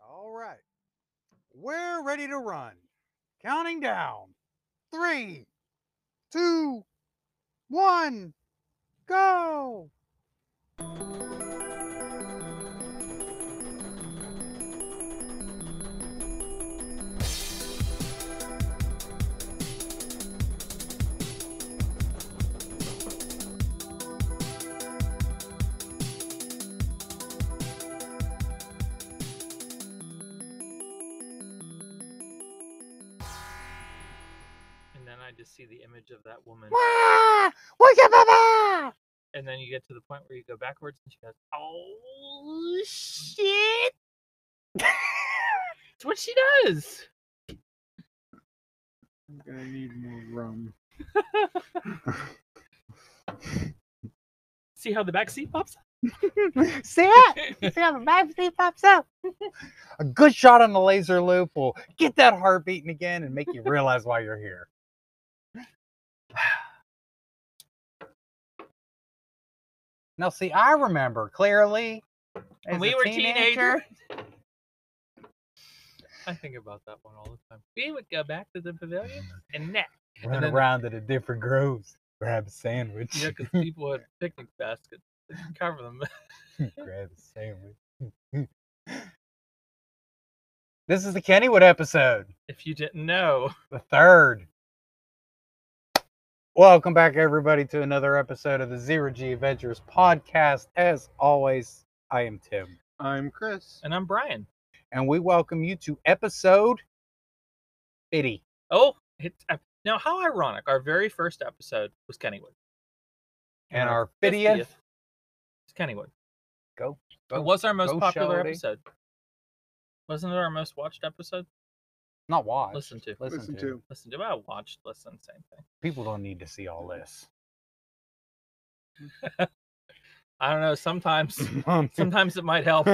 All right. We're ready to run. Counting down. Three, two, one, go. And then I just see the image of that woman. Wah! Wake up, Baba! And then you get to the point where you go backwards and she goes, Oh shit. That's what she does. I'm gonna need more rum. See how the back seat pops up? See it? See how the backseat pops up? A good shot on the laser loop will get that heart beating again and make you realize why you're here. Now, see, I remember clearly. When as we a were teenager- teenagers. I think about that one all the time. We would go back to the pavilion and nap. Run then- around at the different groves, grab a sandwich. Yeah, because people had picnic baskets. They could cover them. grab a sandwich. this is the Kennywood episode. If you didn't know, the third. Welcome back, everybody, to another episode of the Zero G Adventures podcast. As always, I am Tim, I'm Chris. and I'm Brian. and we welcome you to episode 50. Oh, it's uh, now how ironic! Our very first episode was Kennywood, And our 50th, is Kennywood. Go- it go- was our most go, popular Shawty. episode. Wasn't it our most watched episode? not watch, Listen to. listen, Listen to. to. Listen to. I watched. Listen, same thing. People don't need to see all this. I don't know. Sometimes, Um, sometimes it might help.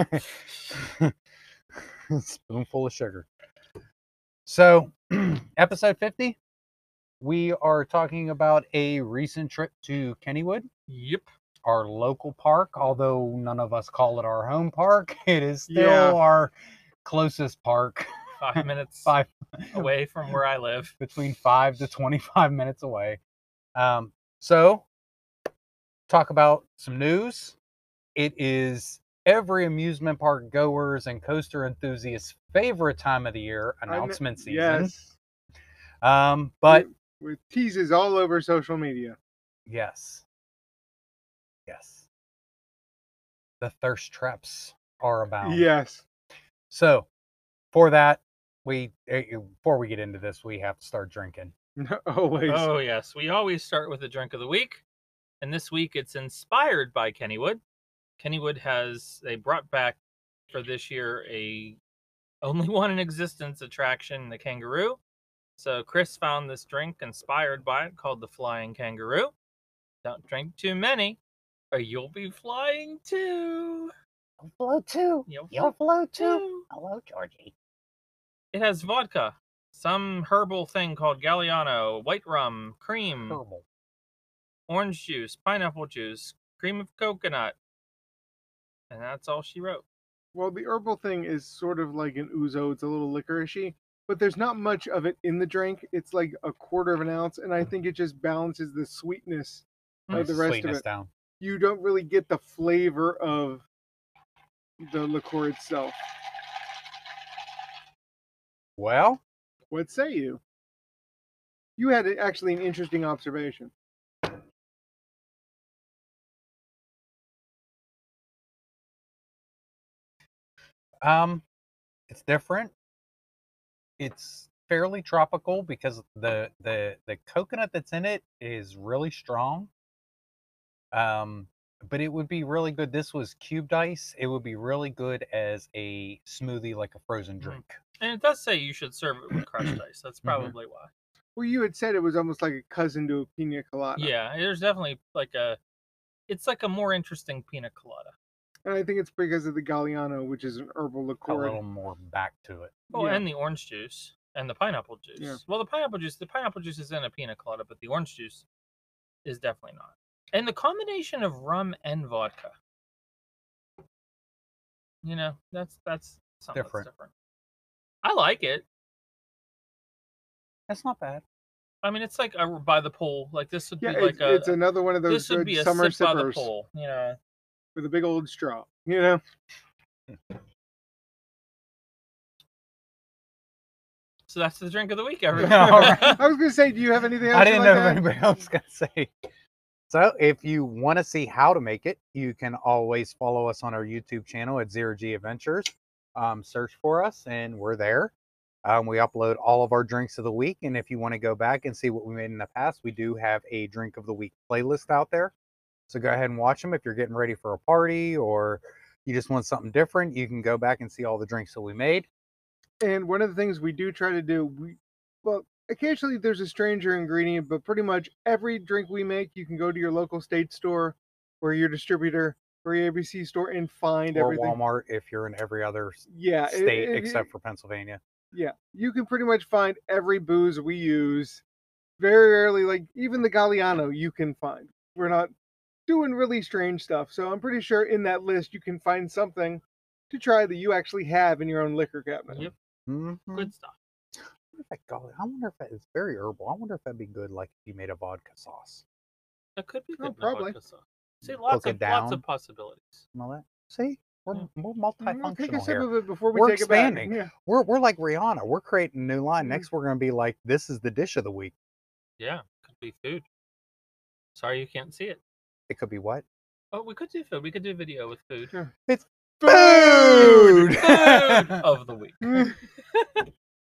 Spoonful of sugar. So, episode 50, we are talking about a recent trip to Kennywood. Yep. our local park, although none of us call it our home park. It is still Yeah. our closest park, Five minutes five away from where I live. between five to twenty-five minutes away. Um, so, talk about some news. It is every amusement park goers and coaster enthusiasts' favorite time of the year, I'm- announcement season. Yes. Um, but With teases all over social media. yes, yes, the thirst traps are about. Yes. So, for that, we eh, eh, before we get into this, we have to start drinking. No, always. Oh yes, we always start with a drink of the week, and this week it's inspired by Kennywood. Kennywood has they brought back for this year a only one in existence attraction, the kangaroo. So Chris found this drink inspired by it called the Flying Kangaroo. Don't drink too many, or you'll be flying too. Flow two. You'll flow too. Hello, Georgie. It has vodka, some herbal thing called Galliano, white rum, Mm. cream. Terrible. orange juice, pineapple juice, cream of coconut. And that's all she wrote. Well, the herbal thing is sort of like an ouzo. It's a little licoricey, but there's not much of it in the drink. It's like a quarter of an ounce, and Mm. I think it just balances the sweetness. Oh, Brings the the rest of sweetness it. down. You don't really get the flavor of the liqueur itself. Well, What say you? You had a- actually an interesting observation. um, it's different. It's fairly tropical because the the the coconut that's in it is really strong. Um, but it would be really good. This was cubed ice. It would be really good as a smoothie, like a frozen Mm. Mhm. drink. And it does say you should serve it with crushed ice. That's probably why. Well, you had said it was almost like a cousin to a pina colada. Yeah, there's definitely like a. It's like a more interesting pina colada. And I think it's because of the Galliano, which is an A herbal liqueur. little more back to it. Oh, Yeah. and the orange juice and the pineapple juice. Yeah. Well, the pineapple juice, the pineapple juice is in a pina colada, but the orange juice is definitely not. And the combination of rum and vodka. You know, that's that's something that's Different. different. like it. That's not bad. I mean, it's like a by the pool. Like this would Yeah, be it's, like a it's another one of this those would good be a summer sip by the sippers pool. You know, with a big old straw. You know, so that's the drink of the week. Everyone. All right. I was gonna say, do you have anything else? I didn't like know if that? anybody else was gonna say. So if you want to see how to make it, you can always follow us on our YouTube channel at Zero G Adventures. Um, search for us, and we're there. Um, we upload all of our drinks of the week, and if you want to go back and see what we made in the past, we do have a drink of the week playlist out there. So go ahead and watch them if you're getting ready for a party or you just want something different. You can go back and see all the drinks that we made. And one of the things we do try to do, we well, occasionally there's a stranger ingredient, but pretty much every drink we make, you can go to your local state store or your distributor or your ABC store and find or everything. Walmart if you're in every other s- Yeah, it- state it- except for Pennsylvania. yeah, you can pretty much find every booze we use. Very rarely, like even the Galliano, you can find. We're not doing really strange stuff, so I'm pretty sure in that list you can find something to try that you actually have in your own liquor cabinet. Yep. Mhm. Good stuff. wonder if that golly, I wonder if that is very herbal. I wonder if that'd be good, like if you made a vodka sauce. That could be Oh, good. in a probably. vodka sauce. See, lots it of lots down. of possibilities. and all that. See, we're, Yeah. we're Well, Take a multifunctional sip here. of it before we We're take expanding. it back. Yeah. We're we're like Rihanna. We're creating a new line. Mhm. Next, we're gonna be like, this is the dish of the week. Yeah, could be food. Sorry, you can't see it. It could be what? Oh, we could do food. We could do video with food. Food. Food of the week.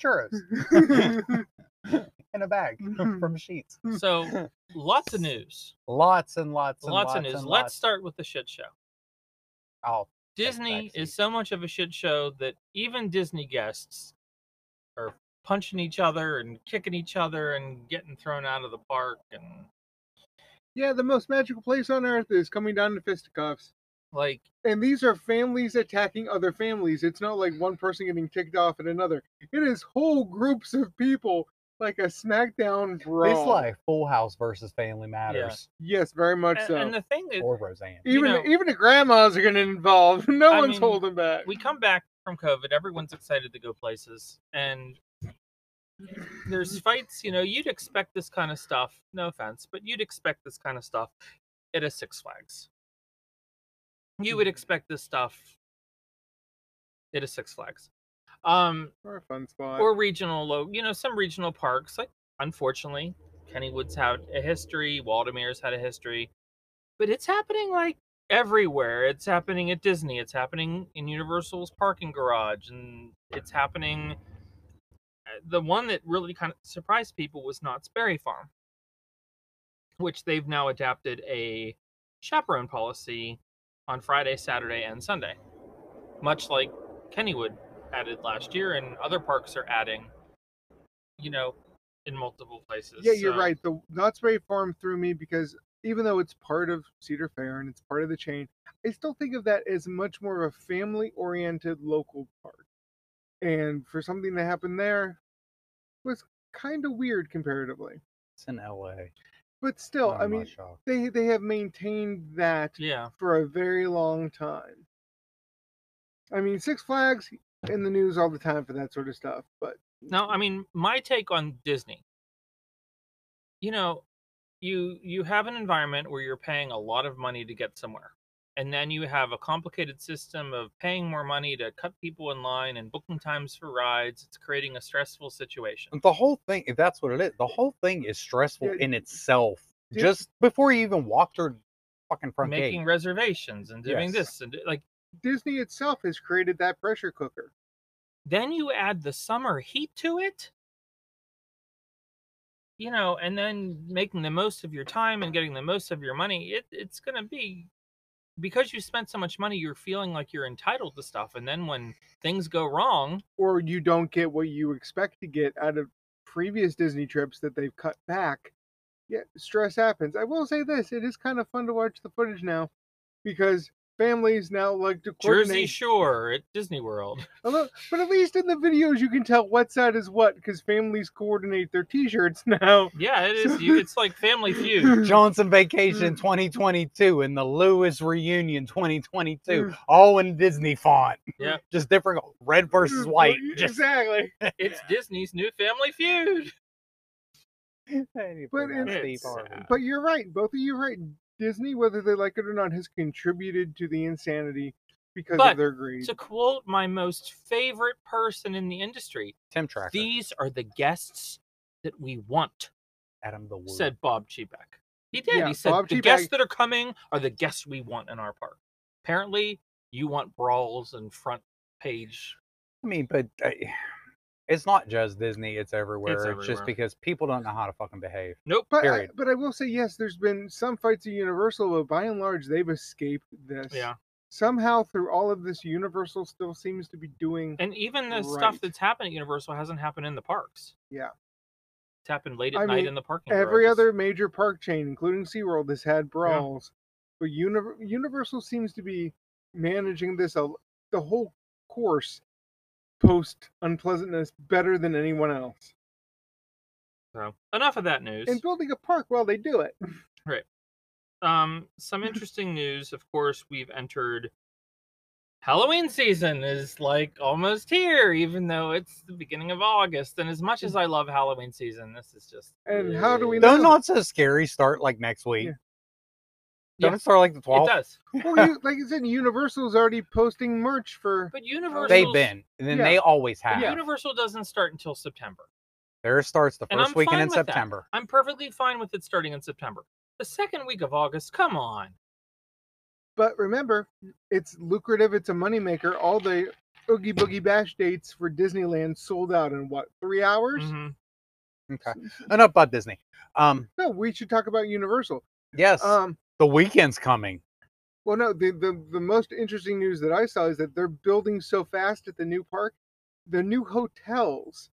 Churros Food! in a bag from Sheets. So, lots of news. Lots and lots and Lots, lots, of news. and Let's lots. start with the shit show. Oh, Disney backseat. is so much of a shit show that even Disney guests are punching each other and kicking each other and getting thrown out of the park and yeah, the most magical place on earth is coming down to fisticuffs. like And these are families attacking other families. It's not like one person getting ticked off at another. It is whole groups of people, like a SmackDown brawl. it's like Full House versus Family Matters yes, very much and, so. and the thing is or Roseanne. you even know- even the grandmas are getting involved. No I one's mean, holding back. uh, we come back from COVID, everyone's excited to go places, and there's fights. You know, you'd expect this kind of stuff. No offense, but you'd expect this kind of stuff at a Six Flags. You would expect this stuff at a Six Flags, um, We're a fun spot. or regional, lo- you know, some regional parks. Like, unfortunately, Kennywood's had a history, Waldemere's had a history, but it's happening like everywhere. It's happening at Disney. It's happening in Universal's parking garage, and it's happening. uh, The one that really kind of surprised people was Knott's Berry Farm, which they've now adapted a chaperone policy on Friday, Saturday, and Sunday, much like Kennywood added last year, and other parks are adding. You know, in multiple places. Yeah, you're So, right. The Knott's Berry Farm threw me because even though it's part of Cedar Fair and it's part of the chain, I still think of that as much more of a family-oriented local park. And for something to happen there was kind of weird comparatively. It's in L.A. But still, I I'm not mean, shocked. they they have maintained that Yeah. for a very long time. I mean, Six Flags in the news all the time for that sort of stuff, but No, I mean my take on Disney. You know, you you have an environment where you're paying a lot of money to get somewhere. And then you have a complicated system of paying more money to cut people in line and booking times for rides. It's creating a stressful situation. the whole thing if that's what it is the whole thing is stressful Yeah, in itself yeah. just before you even walk through the fucking front Making gate reservations and Yes. doing this and like Disney itself has created that pressure cooker. then you add the summer heat to it you know and then making the most of your time and getting the most of your money it, it's going to be because you spent so much money you're feeling like you're entitled to stuff and then when things go wrong or you don't get what you expect to get out of previous Disney trips that they've cut back. Yeah, stress happens. I will say this: it is kind of fun to watch the footage now, because families now like to coordinate. Jersey Shore at Disney World. Although, but at least in the videos, you can tell what side is what because families coordinate their T-shirts now. Yeah, it is. You, it's like Family Mm. Feud. Johnson Vacation 2022 and the Lewis Reunion Mm. 2022, all in Disney font. Yeah. Just different red versus white. Just Exactly. It's Disney's new Family Feud. but it's- Steve it's, Harvey. uh, But you're right. Both of you are right. Disney, whether they like it or not, has contributed to the insanity because But- of their greed. To quote my most favorite person in the industry, Tim Tracker, these are the guests that we want, Adam the Wood. said Bob Chebek. He did. Yeah, he said Bob the Chebek- guests that are coming are the guests we want in our park. Apparently, you want brawls and front page. I mean, but uh, it's not just Disney; it's everywhere. It's, everywhere. just because people don't know how to fucking behave. Nope. But I, Period. but I will say yes, there's been some fights at Universal, but by and large they've escaped this. Yeah. Somehow through all of this, Universal still seems to be doing. And even the Right. stuff that's happened at Universal hasn't happened in the parks. Yeah. It's happened late at I night mean, in the parking Every garages. other major park chain, including SeaWorld, has had brawls, but Univ- Universal seems to be managing this a, the whole course post unpleasantness better than anyone else, So, enough of that news. and building a park while they do it. um Mm-hmm. some interesting news of course we've entered halloween season is like almost here even though it's the beginning of august and as much as i love halloween season this is just Mm. And how do we Don't know? not so scary start like next week. Yeah. Don't it start like the it 12th. does well, you, like I said, Universal's already posting merch for. but universal They've been, and then Yeah. they always but have. universal doesn't start until september Theirs starts the And I'm first weekend fine in with that. September. i'm perfectly fine with it starting in september the second week of august come on But remember, it's lucrative. It's a moneymaker. All the Oogie Boogie Bash dates for Disneyland sold out in what three hours? Mhm. Okay, enough about Oh, Disney. Um, No, we should talk about Universal. yes, Uh, Um, the weekend's coming. well, no, the, the the most interesting news that I saw is that they're building so fast at the new park, the new hotels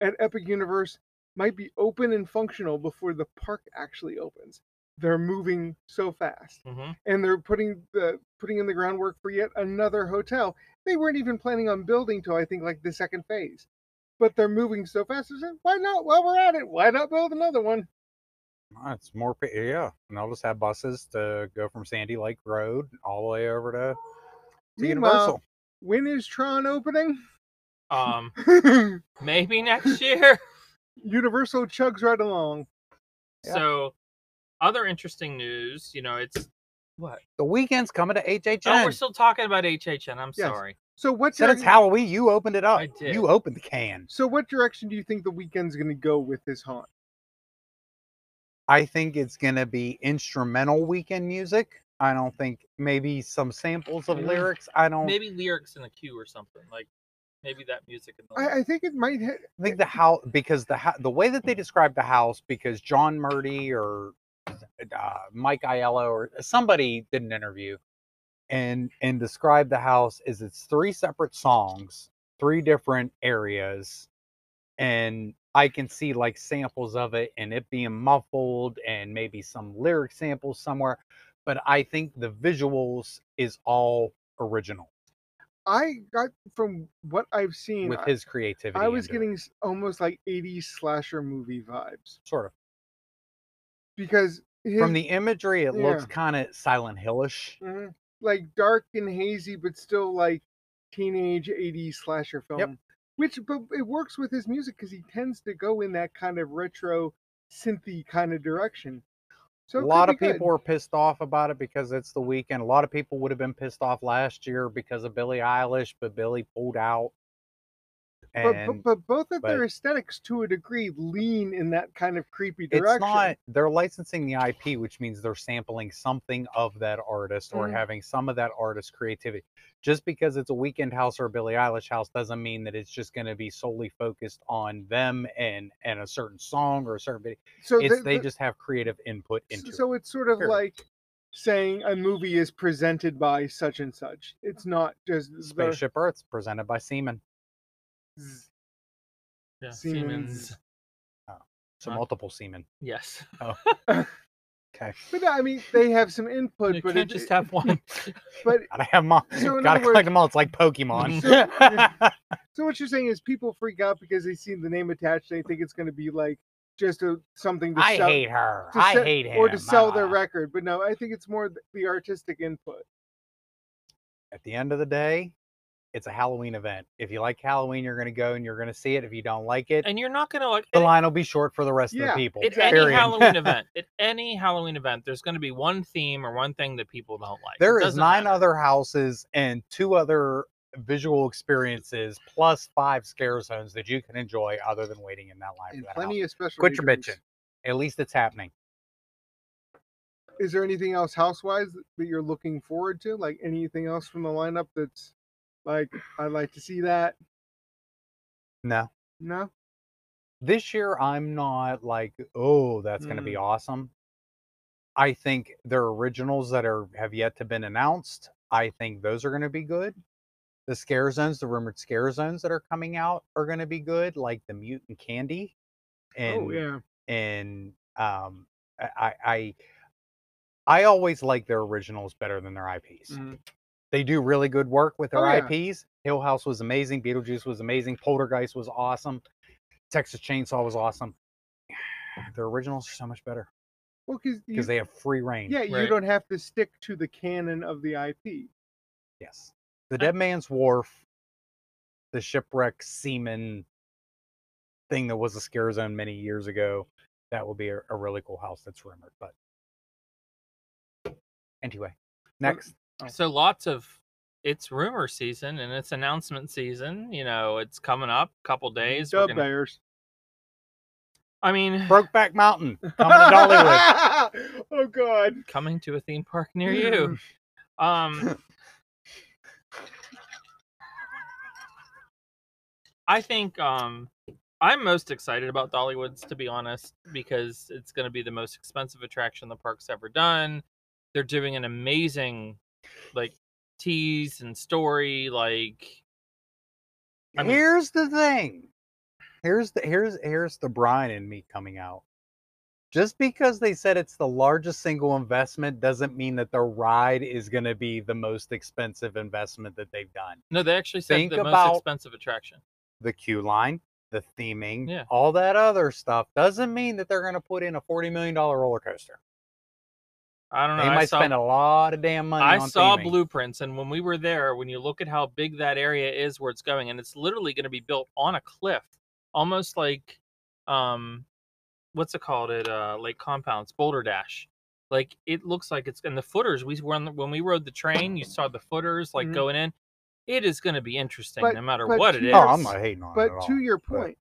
at Epic Universe might be open and functional before the park actually opens. They're moving so fast. Mhm. and they're putting the putting in the groundwork for yet another hotel. They weren't even planning on building till I think like the second phase, but they're moving so fast. I said, why not? While we're at it, why not build another one? Ah, It's more, pa- yeah, and I'll just have buses to go from Sandy Lake Road all the way over to, to Meanwhile, Universal. When is Tron opening? um maybe next year Universal chugs right along. Yeah. so other interesting news you know it's what The weekend's coming to HHN. Oh, we're still talking about HHN. I'm Yes. sorry. So what? Said it's direc- Halloween. You opened it up. I did. You opened the can. so what direction do you think the weekend's going to go with this haunt? I think it's gonna be instrumental weekend music. I don't think maybe some samples of Maybe. lyrics. I don't Maybe lyrics in the queue or something. Like maybe that music in the I, I think it might. Ha- think the how because the ho- the way that they describe the house because John Murdy or uh, Mike Aiello or somebody did an interview and and described the house is it's three separate songs, three different areas, and I can see like samples of it and it being muffled and maybe some lyric samples somewhere, but I think the visuals is all original I got from what I've seen. with I- his creativity. I was into it, getting s- almost like 80s slasher movie vibes sort of. because his, From the imagery, it yeah. looks kind of Silent Hillish. Mhm. like dark and hazy, but still like teenage 80s slasher film. Which, but it works with his music because he tends to go in that kind of retro synthy kind of direction. So it a could lot be of good. people were pissed off about it because it's the weekend. A lot of people would have been pissed off last year because of Billie Eilish, but Billie pulled out. but, And but, but both of their but- aesthetics, to a degree, lean in that kind of creepy direction. it's not they're licensing the IP, which means they're sampling something of that artist or Mhm. having some of that artist's creativity. Just because it's a weekend house or a Billie Eilish house doesn't mean that it's just going to be solely focused on them and and a certain song or a certain video. so it's the- they the- just have creative input s- into it. so it's sort of Sure. like saying a movie is presented by such and such. It's not just the- Spaceship Earth's presented by Seaman. zzz. yeah, Siemens. So Huh? multiple Seaman. Yes. Okay. But no, I mean, they have some input, You but can't it- just it- have one. but Gotta have them all. So in Gotta other words- collect them all. It's like Pokemon. So what you're saying is people freak out because they see the name attached. They think it's going to be like just a something to I sell hate her. to I sell- hate him. or to sell their Ah. record. But no, I think it's more th- the artistic input. At the end of the day, it's a Halloween event. If you like Halloween, you're gonna go and you're gonna see it. If you don't like it, and you're not gonna like the line will be short for the rest of Yeah, the people. at any Period. Halloween event. At any Halloween event, there's gonna be one theme or one thing that people don't like. There It is doesn't nine matter. other houses and two other visual experiences plus five scare zones that you can enjoy other than waiting in that line. And for that plenty house. of special. Quit your drinks. bitching. At least it's happening. Is there anything else housewise th- that you're looking forward to? Like anything else from the lineup that's like I'd like to see that? No. No. This year I'm not like, oh, that's gonna Mm. be awesome. I think their originals that are have yet to been announced, I think those are gonna be good. The scare zones, the rumored scare zones that are coming out are gonna be good, like the mutant candy. And oh yeah. and um I I I- I always like their originals better than their IPs. Mhm. They do really good work with their Oh, yeah. IPs. Hill House was amazing, Beetlejuice was amazing, Poltergeist was awesome, Texas Chainsaw was awesome. Their originals are so much better Well, because because they have free reign. yeah, you Right. don't have to stick to the canon of the IP. Yes. The Dead Man's Wharf, the shipwreck seaman thing that was a scare zone many years ago. That will be a, a really cool house that's rumored. But anyway, next. So lots of it's rumor season and it's announcement season. You know, it's coming up a couple days. we're Dub gonna- Bears. I mean, Brokeback Mountain coming to Dollywood. oh God. coming to a theme park near you. Mm. Um, I think um, I'm most excited about Dollywood's, to be honest, because it's going to be the most expensive attraction the park's ever done. They're doing an amazing, like, tease and story. Like, I mean- here's the thing. Here's the here's here's the Brian in me coming out. Just because they said it's the largest single investment doesn't mean that the ride is going to be the most expensive investment that they've done. no, they actually said Think the about- most expensive attraction. the queue line, the theming, Yeah. all that other stuff doesn't mean that they're going to put in a forty million dollar roller coaster. I don't know. They Uh, I might saw- spend a lot of damn money. I on saw theming. blueprints, and when we were there, when you look at how big that area is where it's going, and it's literally going to be built on a cliff, almost like, um, what's it called? It uh, Lake Compounds Boulder Dash. Like it looks like it's and the footers. We were on the, when we rode the train, you saw the footers like Mhm. going in. It is going to be interesting, But- no matter but what it to is. Oh, I'm not hating on it. But at all, to your but- point,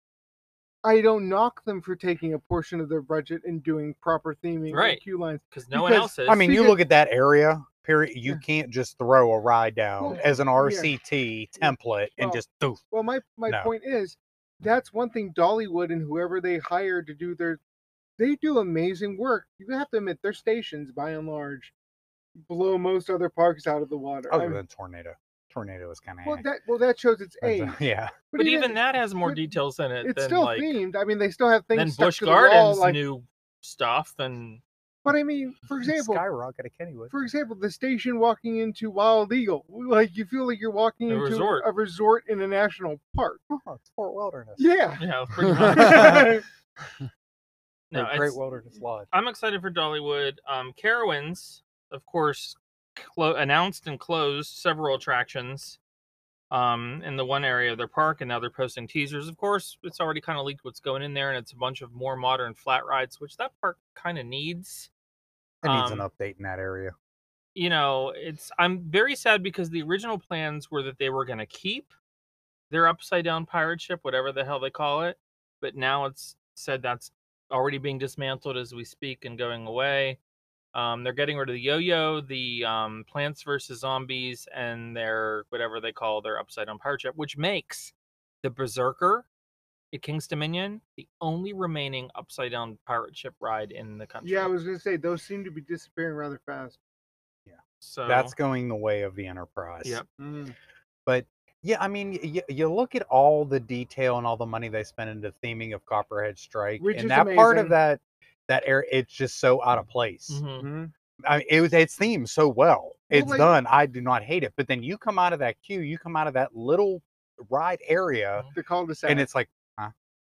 I don't knock them for taking a portion of their budget and doing proper theming and Right. queue lines. because no one because, else is. I mean, you because- look at that area. Period. You Yeah. can't just throw a ride down Well, as an yeah. RCT template and Well, just doof. Well, my my No. point is, that's one thing Dollywood and whoever they hire to do their, they do amazing work. You have to admit their stations, by and large, blow most other parks out of the water. Other I'm- than tornado, tornado is kind of well, that well that shows its age. yeah. but, even that has more but details in it it's than still like themed. I mean, they still have things. than stuck Bush to the wall, Gardens like- new stuff and But I mean, for example, skyrocket at Kennywood. for example, the station walking into Wild Eagle, like you feel like you're walking A into resort. a resort in a national park. Oh, it's Fort Wilderness. Yeah. you know. Pretty much. yeah, The No, Great it's- Wilderness Lodge. I'm excited for Dollywood. Um, Carowinds, of course, clo- announced and closed several attractions um, in the one area of their park, and now they're posting teasers. Of course, it's already kind of leaked what's going in there, and it's a bunch of more modern flat rides, which that park kind of needs. It needs an um, update in that area. You know, it's I'm very sad because the original plans were that they were going to keep their upside down pirate ship, whatever the hell they call it, but now it's said that's already being dismantled as we speak and going away. Um, they're getting rid of the yo-yo, the um, Plants vs Zombies, and their whatever they call their upside down pirate ship, which makes the Berserker at King's Dominion the only remaining upside down pirate ship ride in the country. I was gonna say those seem to be disappearing rather fast. so That's going the way of the Enterprise. Yep. Mm-hmm. But yeah, I mean, you, you look at all the detail and all the money they spent into theming of Copperhead Strike, Which and is that part of amazing. that that air it's just so out of place. Mhm. Mhm. I mean, it was it's themed so well. It's like- done. I do not hate it. But then you come out of that queue, you come out of that little ride area, The cul-de-sac. and it's like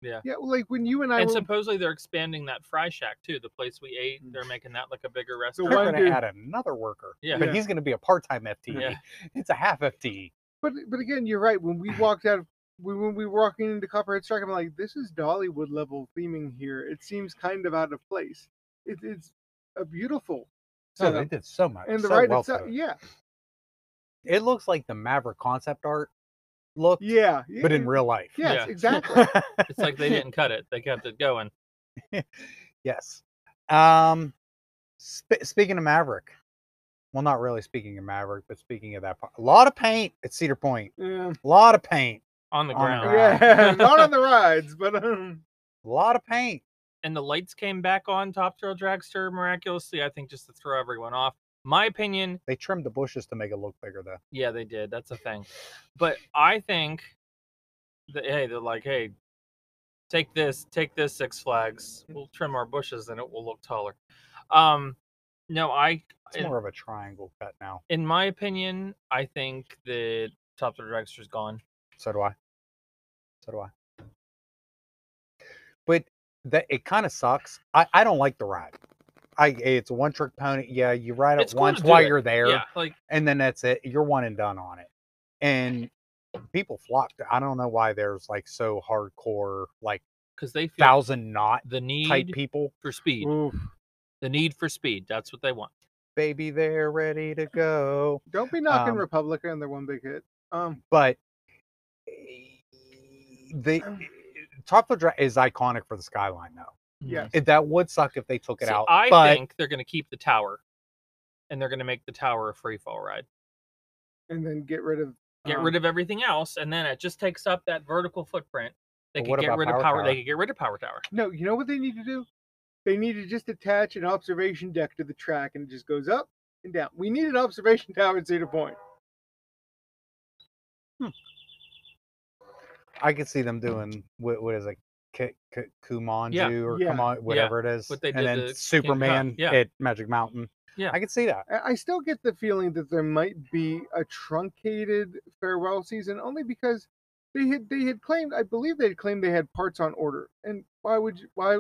yeah, well, like when you and I And were supposedly they're expanding that fry shack too, the place we ate. Mm. They're making that like a bigger The restaurant. we're one going to dude- add another worker, Yeah. but Yeah. he's going to be a part-time FTE. Yeah. It's a half E, FTE. But but again, you're right. When we walked out of when when we were walking into Copperhead Strike, I'm like, this is Dollywood level theming here. It seems kind of out of place. It, it's a beautiful So setup. they did so much. and the so right well itself, to it. yeah, It looks like the Maverick concept art look, yeah, but in yeah, real life. yes, Yeah. exactly. It's like they didn't cut it; they kept it going. yes. Um, sp- speaking of Maverick, well, not really speaking of Maverick, but speaking of that part, a lot of paint at Cedar Point. yeah, A lot of paint. on the On the ground. ground. yeah, not on the rides, but um, A lot of paint. and the lights came back on Top Thrill Dragster miraculously, I think just to throw everyone off. My opinion, They trimmed the bushes to make it look bigger, though. yeah, they did. That's a thing. But I think that hey, they're like, hey, take this, take this Six Flags. We'll trim our bushes and it will look taller. Um no, I It's more of a triangle cut now. in my opinion, I think that Top Thrill Dragster's gone. So do I. So do I. But that it kind of sucks. I, I don't like the ride. I it's a one trick pony. Yeah, you ride it It's cool once to do while it. you're there, Yeah, like and then that's it. You're one and done on it. And people flocked. I don't know why there's like so hardcore, like because they feel thousand knot the need type people. Mm. for speed. oof. The need for speed. That's what they want. Baby, they're ready to go. don't be knocking Um, Republica and their one big hit. Um, but eh, the top of the dra- is iconic for the skyline though Yeah. It- that would suck if they took it See, out I but think they're going to keep the tower, and they're going to make the tower a free fall ride. and then get rid of Get um, rid of everything else, and then it just takes up that vertical footprint. They But could what get about rid of Power power. Tower? They could get rid of power tower. No, you know what they need to do? They need to just attach an observation deck to the track and it just goes up and down. We need an observation tower at Cedar Point. i could see them doing what, what is it K- K- kumanju Mm. Yeah, or yeah, Kumon, whatever it is what they and did to then King Kong, superman yeah. at magic mountain Yeah. i could see that I I still get the feeling that there might be a truncated farewell season only because they had they had claimed I believe they had claimed they had parts on order. And why would you why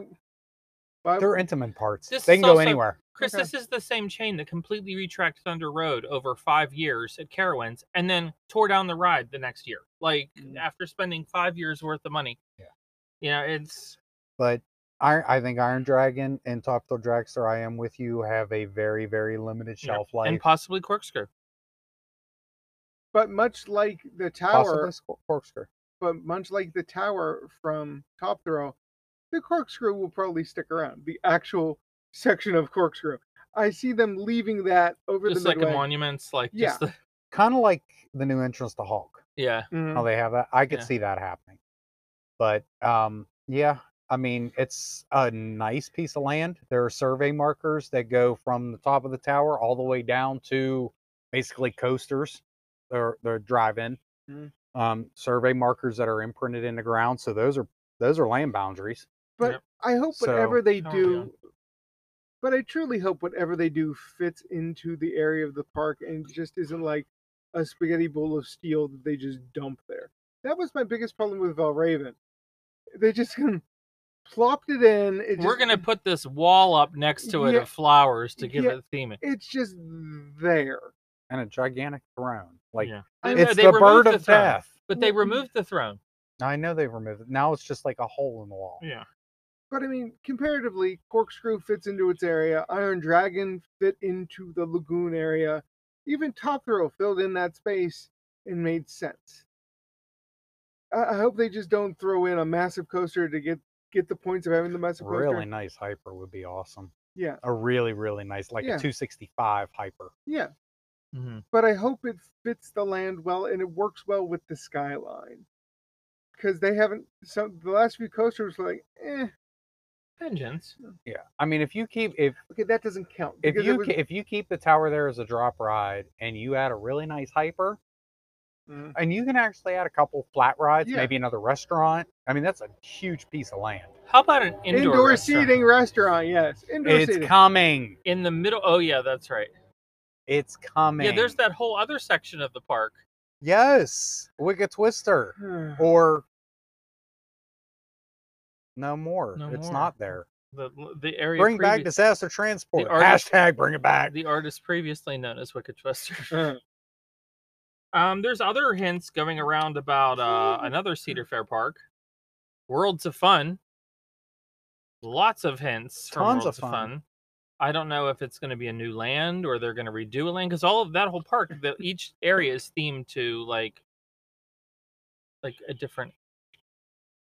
why they're intimate parts This they is can go also- anywhere Chris, Okay. this is the same chain that completely retracked Thunder Road over five years at Carowinds, and then tore down the ride the next year. Like Mm. after spending five years worth of money. Yeah. You know, it's but I, I think Iron Dragon and Top Thrill Dragster, I am with you, have a very, very limited Yeah, shelf life. and possibly corkscrew. but much like the tower Possibly scor- corkscrew. but much like the tower from Top Throw, the corkscrew will probably stick around. The actual section of corkscrew. I see them leaving that over Just the like midway. a monuments, like just the, Kind of like the new entrance to Hulk. yeah. Mhm. how they have that. I could Yeah. see that happening. But um, yeah, I mean, it's a nice piece of land. There are survey markers that go from the top of the tower all the way down to basically coasters. They're they're drive-in Mm. Mhm. um, survey markers that are imprinted in the ground. So those are those are land boundaries. But Yep. I hope So- whatever they Oh, yeah. do, but I truly hope whatever they do fits into the area of the park and just isn't like a spaghetti bowl of steel that they just dump there. That was my biggest problem with Valraven. They just plopped it in. It We're just- gonna put this wall up next to it Yeah. of flowers to give Yeah. it theming. It's just there. And a gigantic throne. Like Yeah. I know, it's they the bird removed the of throne. death. But they Well, removed the throne. I know they've removed it. Now it's just like a hole in the wall. Yeah. But I mean, comparatively, Corkscrew fits into its area. Iron Dragon fit into the lagoon area. Even Top Throw filled in that space and made sense. I, I hope they just don't throw in a massive coaster to get get the points of having the massive coaster. Really nice hyper would be awesome. Yeah, a really really nice like Yeah. a 265 hyper yeah. Mm-hmm. But I hope it fits the land well and it works well with the skyline. Because they haven't. Some the last few coasters were like, eh, Vengeance. yeah i mean if you keep if okay, that doesn't count. if Hmm. because it you was- ke- if you keep the tower there as a drop ride and you add a really nice hyper Mhm. and you can actually add a couple flat rides, Yeah. maybe another restaurant. I mean, that's a huge piece of land. How about an indoor, Indoor, restaurant? seating restaurant. Yes, indoor it's seating. coming. in the middle? Oh yeah, that's right. It's coming. Yeah, there's that whole other section of the park. Yes, Wigga Twister, Hmm. or no more. No it's more. not there. The the area bring back previ- disaster transport. artist- Hashtag bring it back. the artist previously known as Wicked Twister. Uh, Um, there's other hints going around about uh, Oh, another Cedar Fair park, Worlds of Fun. Lots of hints from Tons Worlds of fun. I don't know if it's going to be a new land or they're going to redo a land because all of that whole park, the, each area is themed to like, like a different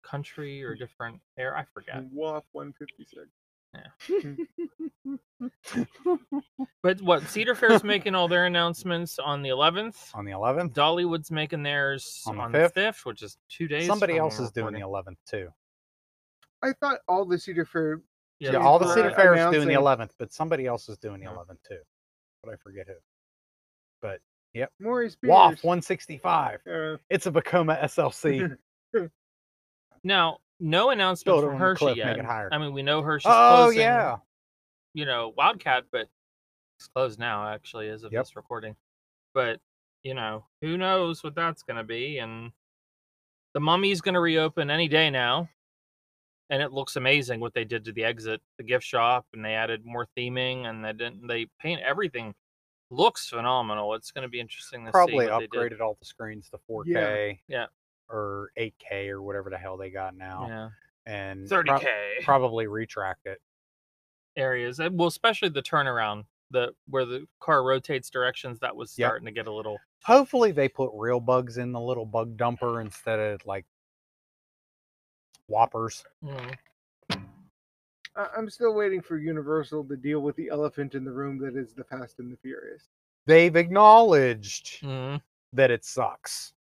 country or different air. I forget. Mm. Wolf 156. Hmm. But what Cedar Fair's making all their announcements on the 11th. On the 11th, Dollywood's making theirs on the, 5th. which is two days. somebody from else when is doing we're the 11th too. I thought all the Cedar Fair. Yeah, recording. it's all the for city fair is doing the announcing- 11th, but somebody else is doing the Yeah. 11th too. But I forget who. Maury Spears. WAF 165. Uh, It's a Bacoma SLC. Now, no announcement Build it from on the Hershey cliff, make yet. it higher. I mean, we know Hershey's oh closing. yeah, You know, Wildcat, but it's closed now. Actually, as of Yep. this recording. But you know, who knows what that's going to be? And the Mummy's going to reopen any day now. And it looks amazing what they did to the exit, the gift shop, and they added more theming, and they didn't. They paint everything looks phenomenal. It's going to be interesting to probably see what they did. upgraded all the screens to 4K. Yeah. Or 8K or whatever the hell they got now, Yeah, and prob- thirty k. probably retract it. areas. and- Well, especially the turnaround, the where the car rotates directions, that was Yep. starting to get a little. Hopefully they put real bugs in the little bug dumper instead of like whoppers. Mm. I- I'm still waiting for Universal to deal with the elephant in the room that is the Fast and the Furious. They've acknowledged Mm. that it sucks.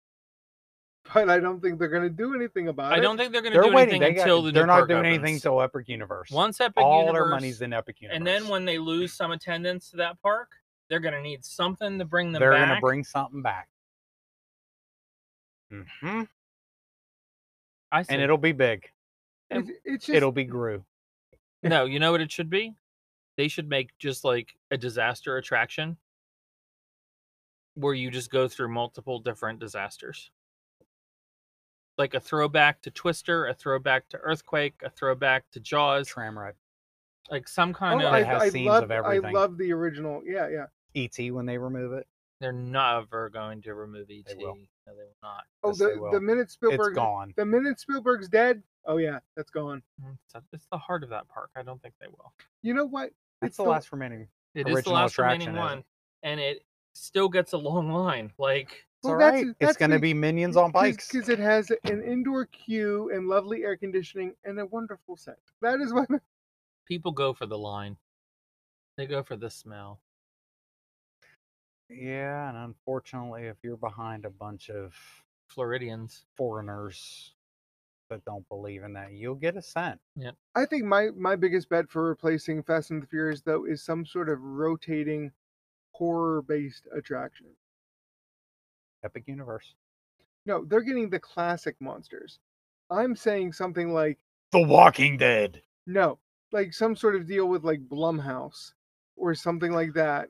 But I don't think they're going to do anything about it. I don't think they're going to They're do waiting. anything They until the got, new they're not park doing anything opens. until Epic Universe. once Epic all Universe, their money's in Epic Universe, and then when they lose some attendance to that park, they're going to need something to bring them they're back. gonna bring something back. hmm I see. And it'll be big. It's, it's just It'll be Gru. no, you know what it should be? They should make just like a disaster attraction where you just go through multiple different disasters. Like a throwback to Twister, a throwback to Earthquake, a throwback to Jaws, Tram ride. like some Oh, kind of It I, has I scenes love, of I everything. love the original. Yeah, yeah. E.T. E when they remove it. they're never going to remove ET. will. No, they will not. Oh, Yes, they the, will. the minute It's Spielberg, gone. the minute Spielberg's dead. Oh yeah, that's gone. Mm, It's, a- it's the heart of that park. I don't think they will. You know what? That's It's the the- last remaining. It is the Original last attraction, remaining isn't it? one, and it still gets a long line. Like It's Well, all that's- right. that's it's gonna be- be minions on bikes. because it has an indoor queue and lovely air conditioning and a wonderful set. That is what. people go for the line, they go for the smell. Yeah, and unfortunately, if you're behind a bunch of Floridians. foreigners that don't believe in that, you'll get a scent. I think my my biggest bet for replacing Fast and the Furious though is some sort of rotating horror based attraction. Epic Universe. No, they're getting the classic monsters. I'm saying something like The Walking Dead. no, like some sort of deal with like Blumhouse or something like that,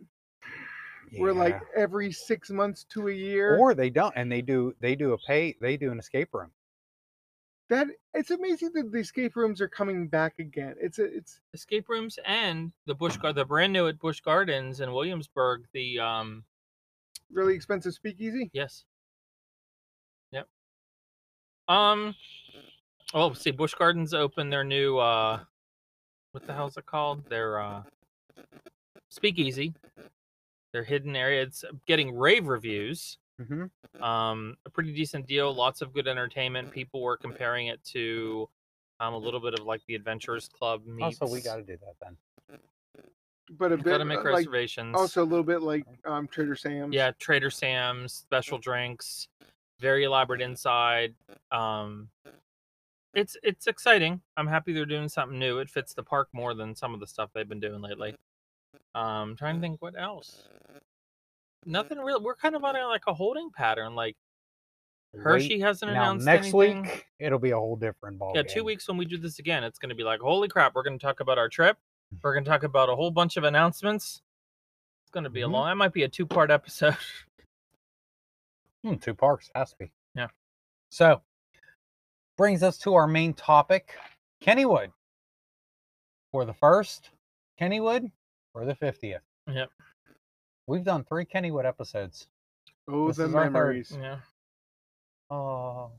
where like every six months to a year. or they don't, and they do. They do a pay. They do an escape room. that it's amazing that the escape rooms are coming back again. It's a, it's escape rooms and the bush Gar- the brand new at bush gardens in williamsburg the um really expensive speakeasy. yes yep um oh see bush gardens opened their new uh what the hell's it called their uh speakeasy their hidden area it's getting rave reviews Mm-hmm. um a pretty decent deal lots of good entertainment people were comparing it to um a little bit of like the adventurers club meets. Also, Oh, we got to do that then. But a We've bit gotta make uh, like reservations also a little bit like um Trader Sam's. yeah trader sam's special drinks very elaborate inside um it's it's exciting i'm happy they're doing something new it fits the park more than some of the stuff they've been doing lately um trying to think what else nothing real we're kind of on a, like a holding pattern like Hershey wait. hasn't now announced next anything. week it'll be a whole different ball. Yeah, two weeks when we do this again, it's going to be like, holy crap, we're going to talk about our trip. We're going to talk about a whole bunch of announcements. It's going to be Mhm. a long, that might be a two part episode. Hmm, two parks has to be. Yeah. So brings us to our main topic, Kennywood. For the first Kennywood for the fiftieth. Yep. We've done three Kennywood episodes. Oh, This the is our third. memories. yeah. Oh,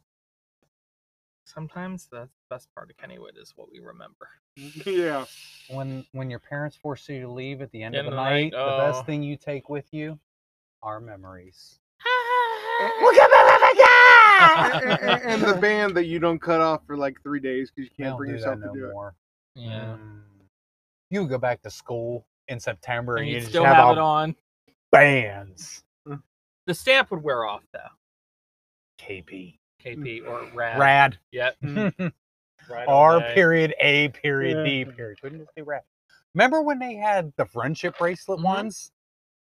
Sometimes that's the best part of Kennywood is what we remember. Yeah. when when your parents force you to leave at the end, The of the night, the oh. best thing you take with you are memories. and, and- and the band that you don't cut off for like three days because you We can't don't bring do yourself that to do it. more. Yeah. Mm. You go back to school in September And and, you you'd just still have, have all it on. bands. The stamp would wear off, though. KP. KP or Rad. Rad. Yeah. Mm. Rad R away. period A period Yeah. D period. Couldn't just say rad. Remember when they had the friendship bracelet Mhm. ones?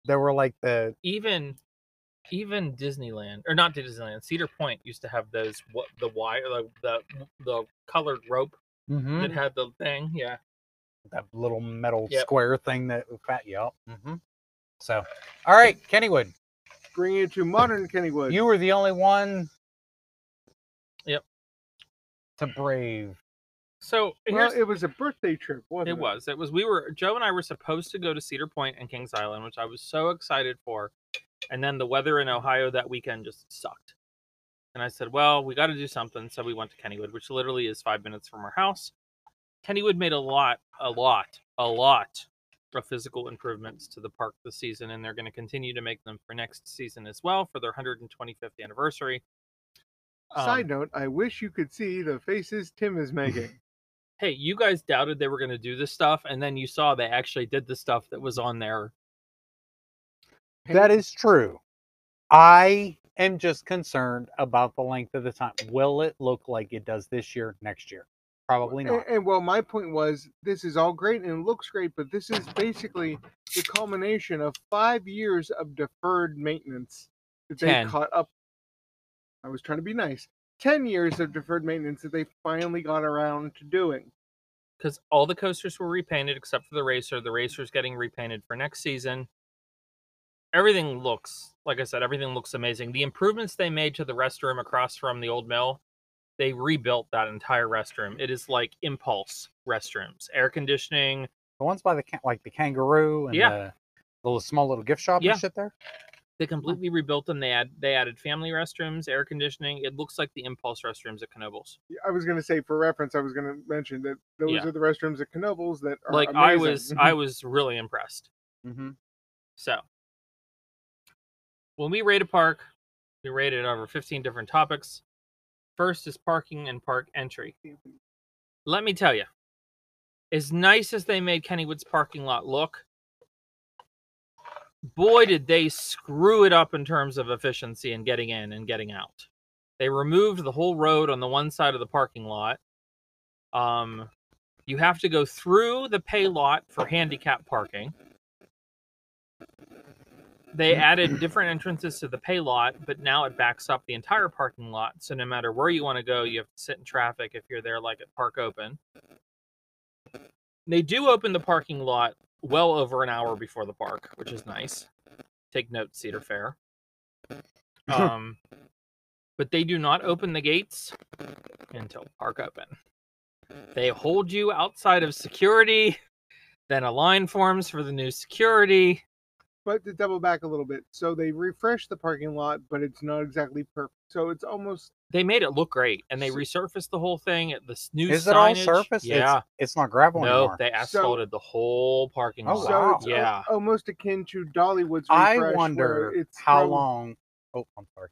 They were like the even even Disneyland or not Disneyland, Cedar Point used to have those what the wire the the, the colored rope that had the thing. Yeah, that little metal Yep. square thing that fat you up. hmm So, all right, Kennywood, Bring it to modern Kennywood. you were the only one. Yep. To brave. so well, here's it was a birthday trip, wasn't it? it was it was we were Joe and I were supposed to go to Cedar Point and Kings Island, which I was so excited for, and then the weather in Ohio that weekend just sucked. And I said, well, we got to do something, so we went to Kennywood, which literally is five minutes from our house. Kennywood made a lot, a lot, a lot of physical improvements to the park this season, and they're going to continue to make them for next season as well for their 125th anniversary. Um, Side note: I wish you could see the faces Tim is making. hey, you guys doubted they were going to do this stuff, and then you saw they actually did the stuff that was on there. That is true. I am just concerned about the length of the time. Will it look like it does this year, next year? Probably And, not. and well, eh, my point was this is all great and it looks great, but this is basically the culmination of five years of deferred maintenance that they Ten. caught up. I was trying to be nice. Ten years of deferred maintenance that they finally got around to doing. because all the coasters were repainted except for the racer. The racer's getting repainted for next season. Everything looks, like I said, everything looks amazing. The improvements they made to the restroom across from the old mill, they rebuilt that entire restroom. It is like impulse restrooms, air conditioning. The ones by the can- like the kangaroo and Yeah. the, the little small little gift shop Yeah. and shit there. They completely rebuilt them. They add they added family restrooms, air conditioning. It looks like the impulse restrooms at Knobles. I was gonna say for reference, I was gonna mention that those Yeah. are the restrooms at Knobles that are Like I was amazing. Mm-hmm. I was really impressed. Mm-hmm. So, when we rate a park, we rate it over 15 different topics. First is parking and park entry. Let me tell you, as nice as they made Kennywood's parking lot look, boy, did they screw it up in terms of efficiency and getting in and getting out. They removed the whole road on the one side of the parking lot. Um, you have to go through the pay lot for handicap parking. They added different entrances to the pay lot, but now it backs up the entire parking lot. So no matter where you want to go, you have to sit in traffic if you're there like at park open. They do open the parking lot well over an hour before the park, which is nice. Take note, Cedar Fair. Um, but they do not open the gates until park open. They hold you outside of security. Then a line forms for the new security. But to double back a little bit, so they refreshed the parking lot, but it's not exactly perfect. So it's almost They made it look great, and they So- resurfaced the whole thing. at The s- new Is it all signage. surface? Yeah. It's, it's not gravel No, anymore. they asphalted the whole parking Oh, lot. so wow. it's al- Yeah. almost akin to Dollywood's. I refresh, where wonder it's how from- long. Oh, I'm sorry.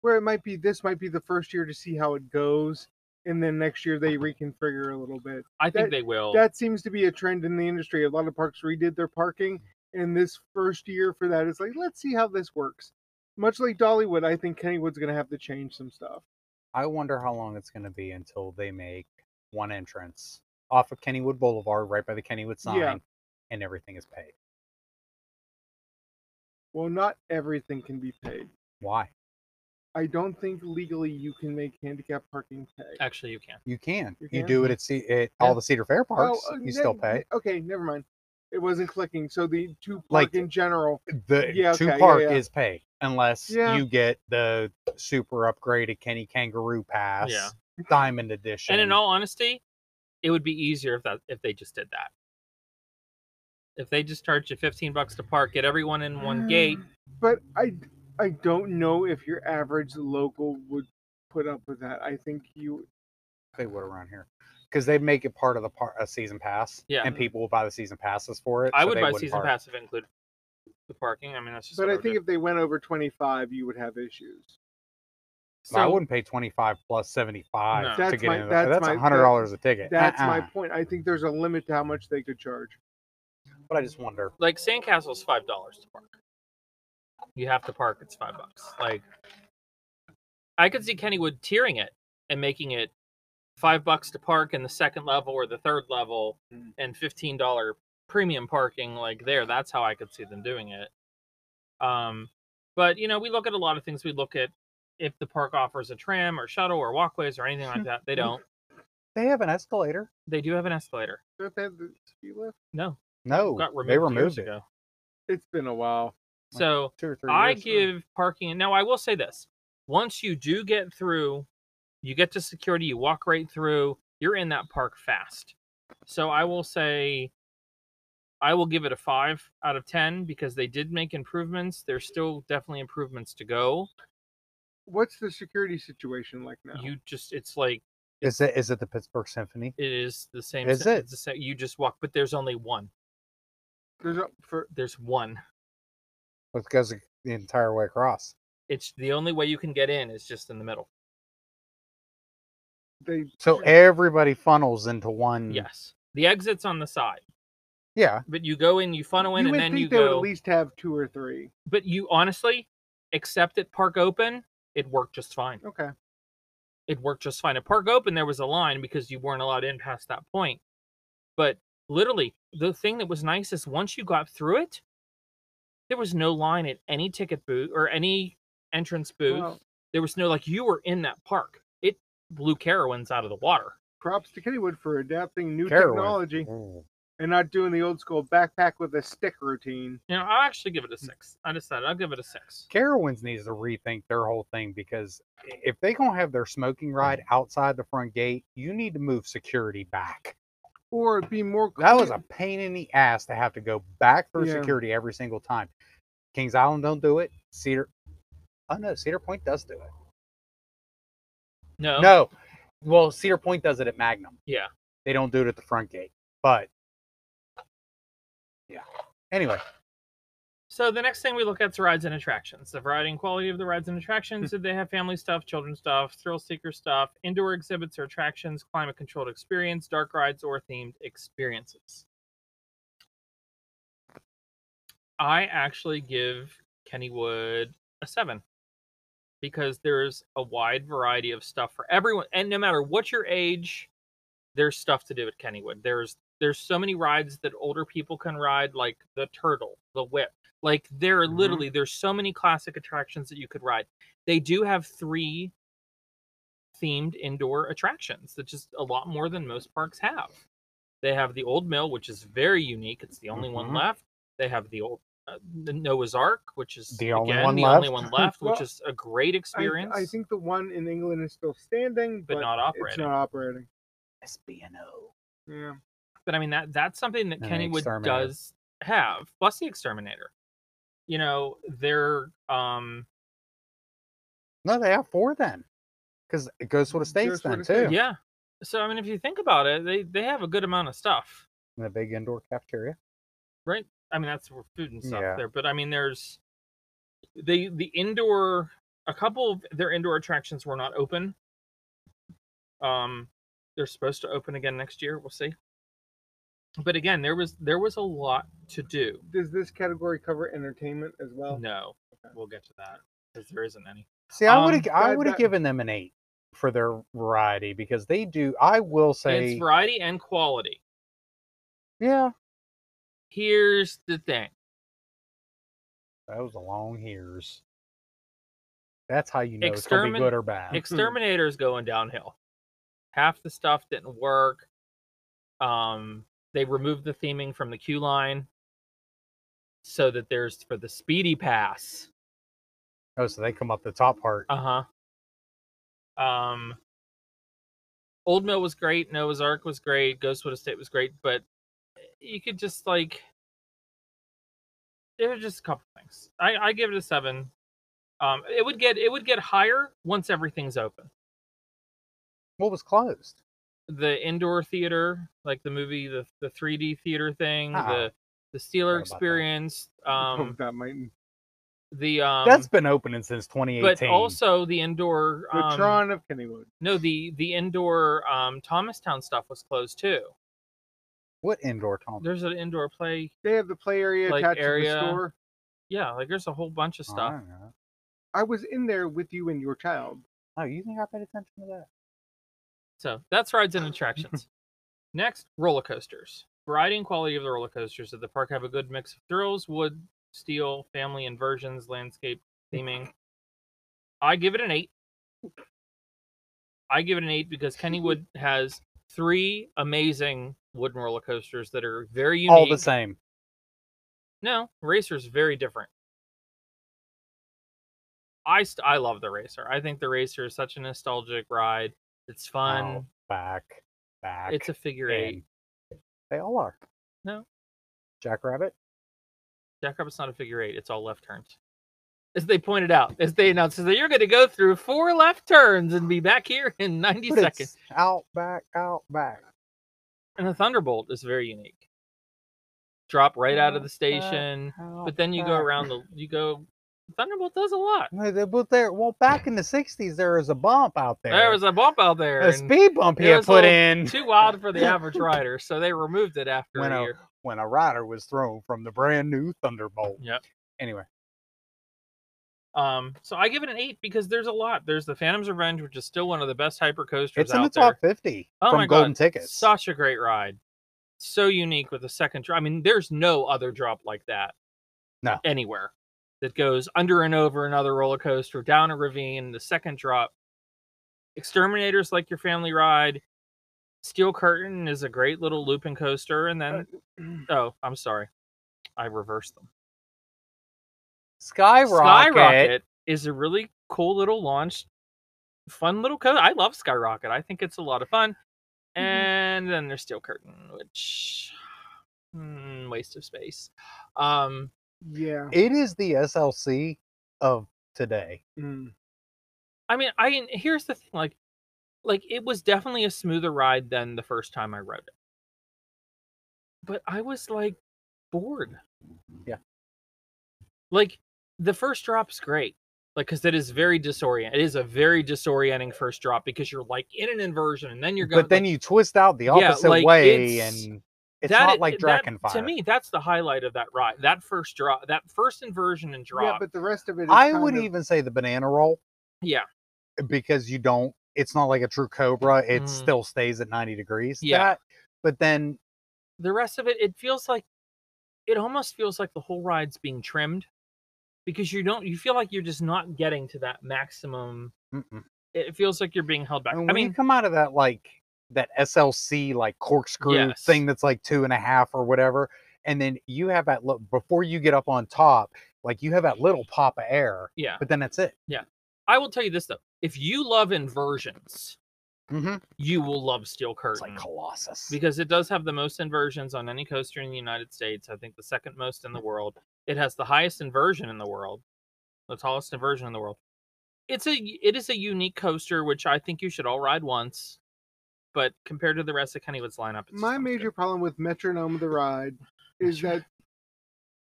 where it might be this might be the first year to see how it goes and then next year they reconfigure a little bit I think that- they Oh. will. that seems to be a trend in the industry a lot of parks redid their parking and this first year for that is like let's see how this works much like dollywood i think kennywood's going to have to change some stuff I wonder how long it's going to be until they make one entrance off of Kennywood Boulevard, right by the Kennywood sign, Yeah. and everything is paid. well not everything can be paid Why? I don't think legally you can make handicap parking pay. Actually, you can. You can. You You, can? do it at, C- at all the Cedar Fair parks. uh, you still ne- pay. Okay, never mind. It wasn't clicking. So the two park Like- in general. The yeah, two okay, yeah, park yeah. is pay unless Yeah. you get the super upgraded Kenny Kangaroo Pass, Yeah. Diamond Edition. And in all honesty, it would be easier if that if they just did that. If they just charged you 15 bucks to park, get everyone in one gate. Mm. But I I don't know if your average local would put up with that. I think you they would around here because they'd make it part of the par- a season pass. Yeah. and people will buy the season passes for it. I so would they buy wouldn't season park. pass if it included the parking. I mean, that's just. but what I would think do. if they went over 25 you would have issues. No, I So- wouldn't pay twenty five plus seventy No. five to That's get my- in. that's That's, that's my- that- hundred dollars a ticket. That's my Uh-uh. point. I think there's a limit to how much they could charge. But I just wonder. like Sandcastle's five dollars to park. You have to park; it's five bucks. Like, I could see Kennywood tiering it and making it five bucks to park in the second level or the third level, Mm. and fifteen dollar premium parking. Like there, that's how I could see them doing it. Um, but you know, we look at a lot of things. We look at if the park offers a tram or shuttle or walkways or anything like that. They Mm. don't. They have an escalator. They do have an escalator. Don't they have the ski lift? No, No, got they removed removed years it ago. It's been a while. Like, So two or three. I years ago. give parking. Now I will say this: once you do get through, you get to security, you walk right through, you're in that park fast. So I will say, I will give it a five out of ten because they did make improvements. There's still definitely improvements to go. What's the security situation like now? You just, it's like Is it is it the Pittsburgh Symphony? it is the same. Is sen- it? It's the same. You just walk, but there's only one. There's a, for There's one. It goes the entire way across. It's the only way you can get in is just in the middle. they So everybody funnels into Hmm. one. Yes, the exit's on the side, Yeah. but you go in, you funnel in, you and would then think you they go. would at least have two or three. but you honestly except at park open it worked just fine Okay. it worked just fine at park open there was a line because you weren't allowed in past that point but literally the thing that was nice is once you got through it there was no line at any ticket booth or any entrance booth Well, there was no like you were in that park it blew carowinds out of the water props to Kennywood for adapting new Carowinds. technology Ooh. and not doing the old school backpack with a stick routine. you know i'll actually give it a six i decided i'll give it a six Carowinds needs to rethink their whole thing because i- if they gonna have their smoking ride Mm. outside the front gate, you need to move security back. Or be more That was clear- a pain in the ass to have to go back through Yeah. security every single time. Kings Island don't do it. Cedar, oh no, Cedar Point does do it. no, No, well Cedar Point does it at Magnum. Yeah. they don't do it at the front gate, but yeah. Anyway, So the next thing we look at is rides and attractions. The variety and quality of the rides and attractions. Did they have family stuff, children stuff, thrill seeker stuff, indoor exhibits or attractions, climate controlled experience, dark rides, or themed experiences? I actually give Kennywood a seven because there's a wide variety of stuff for everyone, and no matter what your age, there's stuff to do at Kennywood. There's there's so many rides that older people can ride, like the turtle, the whip. Like there are Mhm. literally there's so many classic attractions that you could ride. They do have three themed indoor attractions that just a lot more than most parks have. They have the old mill, which is very unique. It's the only one Mhm. left. They have the old uh, the Noah's Ark, which is The only again one the only left. one left, which Well, is a great I, experience, I think the one in England is still standing, but, but, not it's operating. not operating. SBNO. Yeah. But I mean that that's something that And the Kennywood Exterminator. does have, plus the exterminator. You know, they're um No, they have four then, because it goes with the states Goes with then the too. yeah. States. So I mean if you think about it, they they have a good amount of stuff. In the big indoor cafeteria. I mean that's for food and stuff Yeah. there, but I mean there's the the indoor a couple of their indoor attractions were not open. Um they're supposed to open again next year, we'll see. But again, there was there was a lot to do. Does this category cover entertainment as well? No, Oh, Okay. we'll get to that because there isn't any. See, I would have, Um, I that- would have that- given them an eight for their variety because they do. I will say, It's variety and quality. yeah, Here's the thing. that was a long years. That's how you know it's gonna be Extermin- good or bad. Exterminator's going downhill. Half the stuff didn't work. Um, they removed the theming from the queue line so that there's for the speedy pass. oh, so they come up the top part. Uh huh. Um, Old Mill was great. Noah's Ark was great. Ghostwood Estate was great, but you could just like there were just a couple things. I I give it a seven. Um, it would get it would get higher once everything's open. what was closed? The indoor theater, like the movie, the the 3D theater thing, Ah, the the Steeler forgot about that. experience, Um, um, that might the um, That's been opening since 2018. but also the indoor the um, Tron of Kennywood. No, the the indoor um Thomastown stuff was closed too. what indoor Tom? There's an indoor play. They have the play area Like, attached area to the store. Yeah, like there's a whole bunch of stuff. I was in there with you and your child. Oh, you think I paid attention to that? So that's rides and attractions. Next, roller coasters. Variety and quality of the roller coasters at the park have a good mix of thrills, wood, steel, family inversions, landscape theming. I give it an eight. I give it an eight because Kennywood has three amazing wooden roller coasters that are very unique. All the same. No, Racer's very different. I st- I love the Racer. I think the Racer is such a nostalgic ride. It's fun. Out, back, back. it's a figure in. eight. They all are. No. Jackrabbit. Jackrabbit's not a figure eight. It's all left turns. As they pointed out, as they announced that you're going to go through four left turns and be back here in 90 But seconds. it's out, back, out, back. And the Thunderbolt is very unique. Drop right out of Yeah, the station, out, but then you go back. around the you go. Thunderbolt does a lot. No, they- But there, well, back in the 60s, there was a bump out there. There was a bump out there. a and- speed bump he there had was a put little in too wild for the average rider, so they removed it after When a a- year. when a rider was thrown from the brand new Thunderbolt. Yep. Anyway, Um, so I give it an eight because there's a lot. There's the Phantom's Revenge, which is still one of the best hyper coasters it's out in the there. top 50 Oh my from Golden God, Tickets. Such a great ride, so unique with the second drop. I mean, there's no other drop like that. No. anywhere that goes under and over another roller coaster, down a ravine, the second drop. Exterminators like your family ride. Steel Curtain is a great little looping coaster, and then oh, I'm sorry, I reversed them. Skyrocket. Skyrocket is a really cool little launch, fun little code. I love Skyrocket. I think it's a lot of fun. And then there's Steel Curtain, which mm, waste of space. Um, Yeah. It is the SLC of today. Oh Mm. I mean, I here's the thing, like, like it was definitely a smoother ride than the first time I rode it, but I was like bored. Yeah. Like the first drop's great, like because it is very disorient. It is a very disorienting first drop because you're like in an inversion and then you're going. but then you twist out the Yeah, opposite like, way, it's- and it's not like Dragonfire. To me, that's the highlight of that ride. That first drop, that first inversion and drop. Yeah, but the rest of it. Is I kind would of- even say the banana roll eh, yeah, because you don't. It's not like a true cobra. It Mm. still stays at ninety degrees. Yeah. That- but then the rest of it it feels like it almost feels like the whole ride's being trimmed because you don't you feel like you're just not getting to that maximum mm-mm. it feels like you're being held back And when i you mean come out of that like that SLC like corkscrew Yes. thing that's like two and a half or whatever, and then you have that look before you get up on top. Like you have that little pop of air, yeah but then that's it. i will tell you this though if you love inversions Mhm. you will love steel It's curtain like Colossus. because it does have the most inversions on any coaster in the united states i think the second most in the world it has the highest inversion in the world the tallest inversion in the world it's a it is a unique coaster which i think you should all ride once but compared to the rest of kennywood's lineup it's My just not as major good. problem with Metronome the Ride is that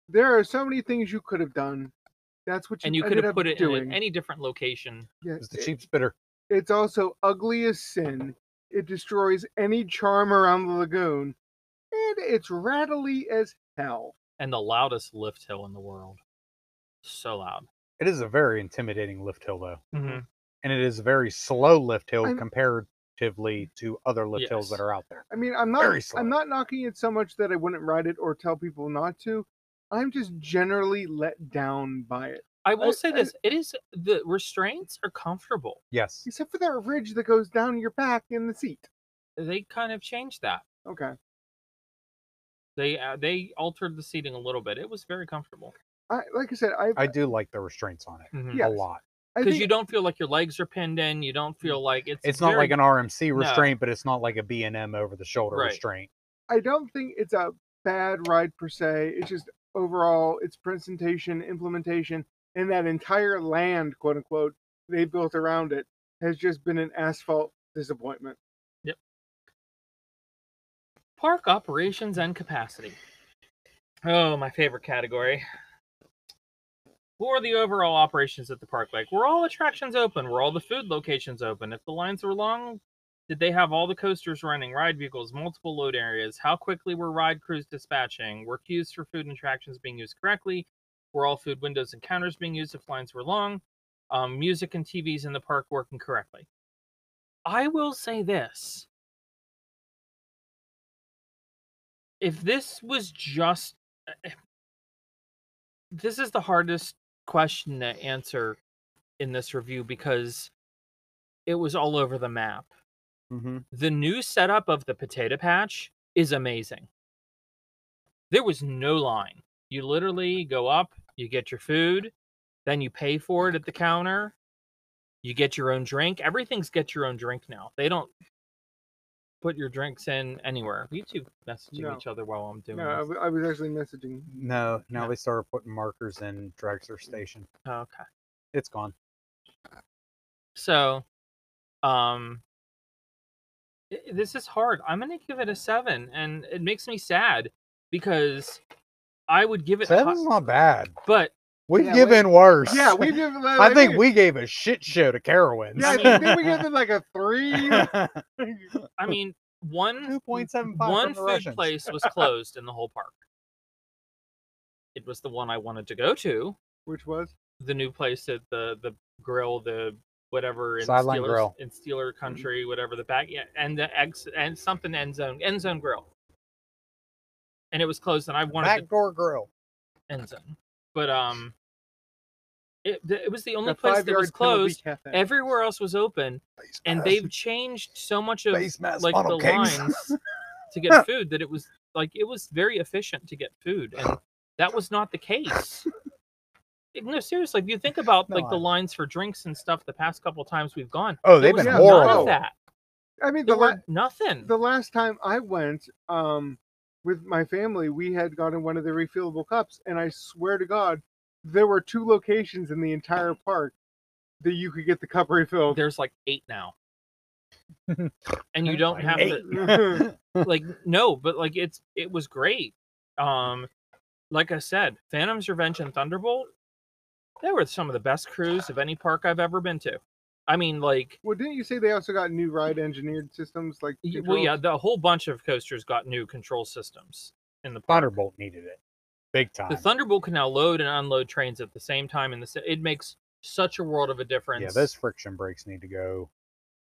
there are so many things you could have done. That's what you and you could ended have up put it doing. in any different location Yeah, it's the it- cheap spitter. It's also ugly as sin. It destroys any charm around the lagoon, and it's rattly as hell. and the loudest lift hill in the world so loud It is a very intimidating lift hill though. and it is a very slow lift hill I'm- comparatively to other lift hills Yes. that are out there. I mean, I'm not Very slow. I'm not knocking it so much that I wouldn't ride it or tell people not to. I'm just generally let down by it. I will I- say I- this: it is the restraints are comfortable. Yes. Except for that ridge that goes down your back in the seat. They kind of changed that. Okay. They uh, they altered the seating a little bit. It was very comfortable I like I said, I, I do like the restraints on it because Yeah. a Yes. lot. I think you don't feel like your legs are pinned in. You don't feel like it's. It's not very- like an RMC No. restraint, but it's not like a B&M over the shoulder Right. restraint. I don't think it's a bad ride per se. It's just overall its presentation, implementation, and that entire land, quote unquote, they built around it has just been an asphalt disappointment. park operations and capacity. Oh, my favorite category. What were the overall operations at the park like? Were all attractions open? Were all the food locations open? If the lines were long, did they have all the coasters running, ride vehicles, multiple load areas? How quickly were ride crews dispatching? Were queues for food and attractions being used correctly? Were all food windows and counters being used if lines were long? Um, music and TVs in the park working correctly? I will say this. if this was just eh, this is the hardest question to answer in this review because it was all over the map Mm-hmm. the new setup of the potato patch is amazing. There was no line. You literally go up, you get your food, then you pay for it at the counter. You get your own drink. Everything's get your own drink now. They don't put your drinks in anywhere. You two messaging No. each other while I'm doing No, I, this. w- I was actually messaging. No, now No. they started putting markers in Dragster Mm. Station. Oh, okay. It's gone. So, um, i- this is hard. I'm gonna give it a seven, and it makes me sad because I would give it. hi- Seven's not bad. but We've Yeah, given worse. Yeah, we did. like, I think we- we gave a shit show to Carowinds. Yeah, I think, didn't we give it like a three. I mean, one Two point seven five. one from the food Russians. place was closed in the whole park. It was the one I wanted to go to, Which was the new place at the the grill, the whatever in Sideline Steelers, Grill. Mm-hmm. in Steeler country, whatever the back, yeah, and the X and something end zone end zone grill. And it was closed, and I wanted to Backdoor Grill. end zone, but um, it it was the only the place five that was yard penalty closed. cafe. Everywhere else was open, and they've changed so much of Base mass like funnel the cakes. lines to get food that it was like it was very efficient to get food and that was not the case Like, no seriously if you think about No, like the I- lines for drinks and stuff the past couple times we've gone Oh, there they've was been yeah, none horrible. of that I mean, the there la- were nothing the last time I went, um, with my family, we had gotten one of the refillable cups, and I swear to God, there were two locations in the entire park that you could get the cup refilled. there's like eight now and you Like don't have eight. to like no but like it's it was great um like i said phantom's revenge and thunderbolt they were some of the best crews of any park i've ever been to i mean like Well, didn't you say they also got new ride engineered systems? Like, Y- Well, controls? yeah, the whole bunch of coasters got new control systems in the park. Thunderbolt needed it, big time. The Thunderbolt can now load and unload trains at the same time, and the sa- it makes such a world of a difference. yeah, those friction brakes need to go.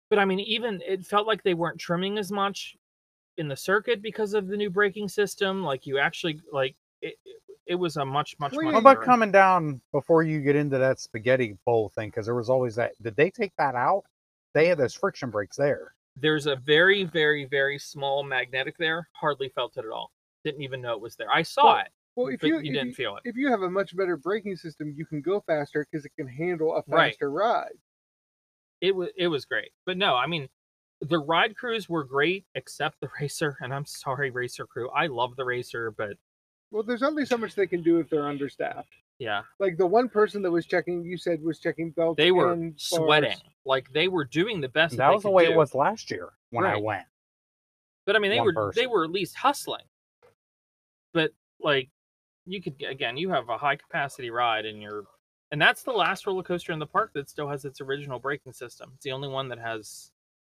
But I mean, even it felt like they weren't trimming as much in the circuit because of the new braking system. Like you actually like it. it- It was a much much. Well, much What What about better- coming down before you get into that spaghetti bowl thing? Because there was always that. Did they take that out? They had those friction brakes there. There's a very very very small magnetic there. Hardly felt it at all. Didn't even know it was there. I saw Well, it, Well, if but you, you, if didn't you- feel it. if you have a much better braking system, you can go faster because it can handle a Right. faster ride. it was it was great. But no, I mean the ride crews were great except the racer and I'm sorry racer crew. I love the racer, but Well, there's only so much they can do if they're understaffed. yeah, Like the one person that was checking, you said was checking belts. they were and bars. sweating. Like they were doing the best That they was the could way do. it was last year when I Right. went. But I mean they one were they person. were at least hustling. But like you could again, you have a high capacity ride and you're and that's the last roller coaster in the park that still has its original braking system. It's the only one that has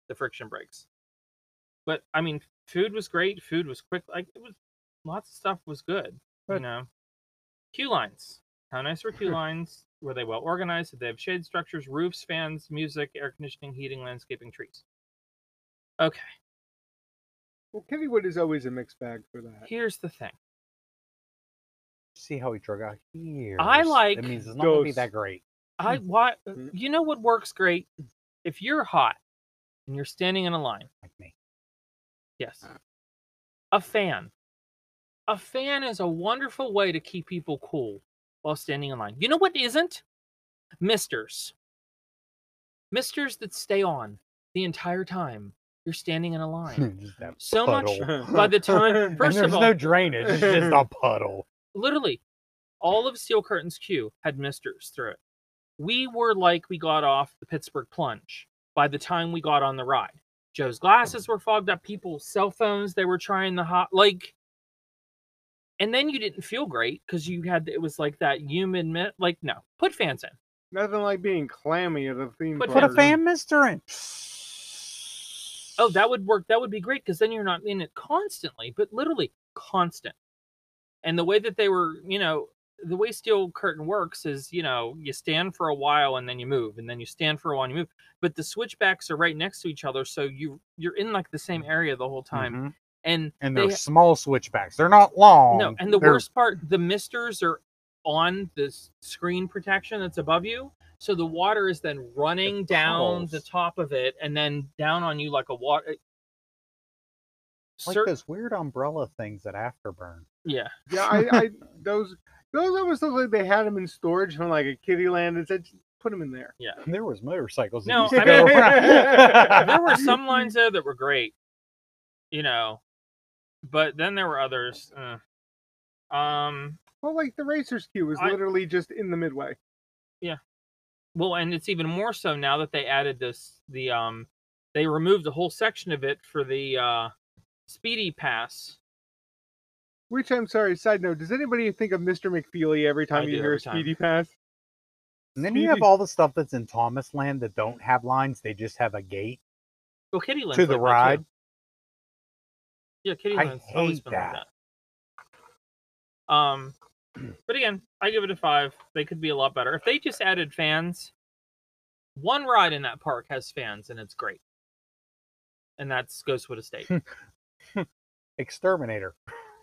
the friction brakes. But I mean, food was great. Food was quick. Like it was, lots of stuff was good. You Good. know, queue lines. How nice were queue lines? Were they well organized? Did they have shade structures, roofs, fans, music, air conditioning, heating, landscaping, trees? Okay, Well, Kennywood is always a mixed bag for that. here's the thing. see how he drug out here. like It means it's not gonna be Ghosts. that great. I Hmm. why uh, Mm. you know what works great if you're hot and you're standing in a line. Like me. Yes. Uh. A fan. A fan is a wonderful way to keep people cool while standing in line. You know what isn't? Misters. Misters that stay on the entire time you're standing in a line. Just that So much puddle. by the time, And first there's of all, no drainage. It's just a puddle. literally all of Steel Curtain's queue had misters through it. We were like we got off the Pittsburgh plunge by the time we got on the ride. Joe's glasses were fogged up, people's cell phones, they were trying the hot like and then you didn't feel great because you had it was like that human mi- like no put fans in Nothing like being clammy at a theme But park. Put for the a fan mister in. oh that would work that would be great because then you're not in it constantly but literally constant and the way that they were you know the way steel curtain works is you know you stand for a while and then you move and then you stand for a while and you move but the switchbacks are right next to each other so you you're in like the same area the whole time Mhm. and And they they're small switchbacks. They're not long. no and the Um, They're- worst part the misters are on this screen protection that's above you so the water is then running down the puddles. top of it and then down on you like a eh water like those weird umbrella things at Afterburn. yeah Yeah, I, I those those almost look like they had them in storage from like a kiddie land and said, "Just put them in there. There was motorcycles. that No, used to I go mean- around. there were some lines there that were great, you know, but then there were others. uh, um, Well, like the racers queue is I- literally just in the midway. well, and it's even more so now that they added this. The um, they removed a whole section of it for the uh, speedy pass. Which I'm sorry. Side note: Does anybody think of Mr. McFeely every time I you do hear every time. Speedy Pass? And then you have Speedy- all the stuff that's in Thomas Land that don't have lines. They just have a gate Well, Kittyland to the ride. Yeah, I Kittyland's always hate been like that. Um, but again, I give it a five. They could be a lot better if they just added fans. One ride in that park has fans, and it's great. And that's Ghostwood Estate. Exterminator.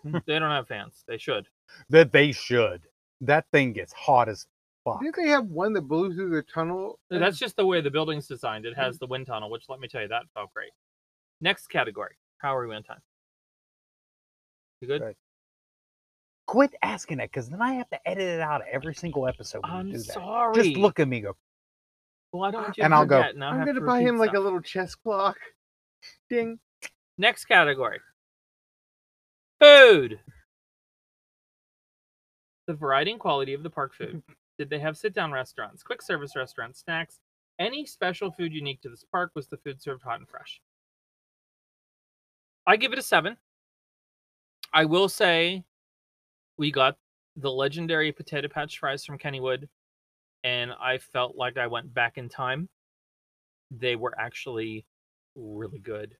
they don't have fans. They should. That they should. That thing gets hot as fuck. Didn't they have one that blew through the tunnel? No, That's just the way the building's designed. It Mm-hmm. has the wind tunnel, which let me tell you, that felt great. Next category. How are we on time? You good? Good. Quit asking that because then I have to edit it out of every single episode. When you I'm do that. sorry. Just look at me go. Well, I don't want you and to I'll go, forget, and I'll I'm have gonna to buy repeat him like a stuff. little chess clock. Ding. Next category. Food. The variety and quality of the park food. Did they have sit down restaurants, quick service restaurants, snacks? Any special food unique to this park? Was the food served hot and fresh? I give it a seven. I will say we got the legendary potato patch fries from Kennywood, and I felt like I went back in time. They were actually really good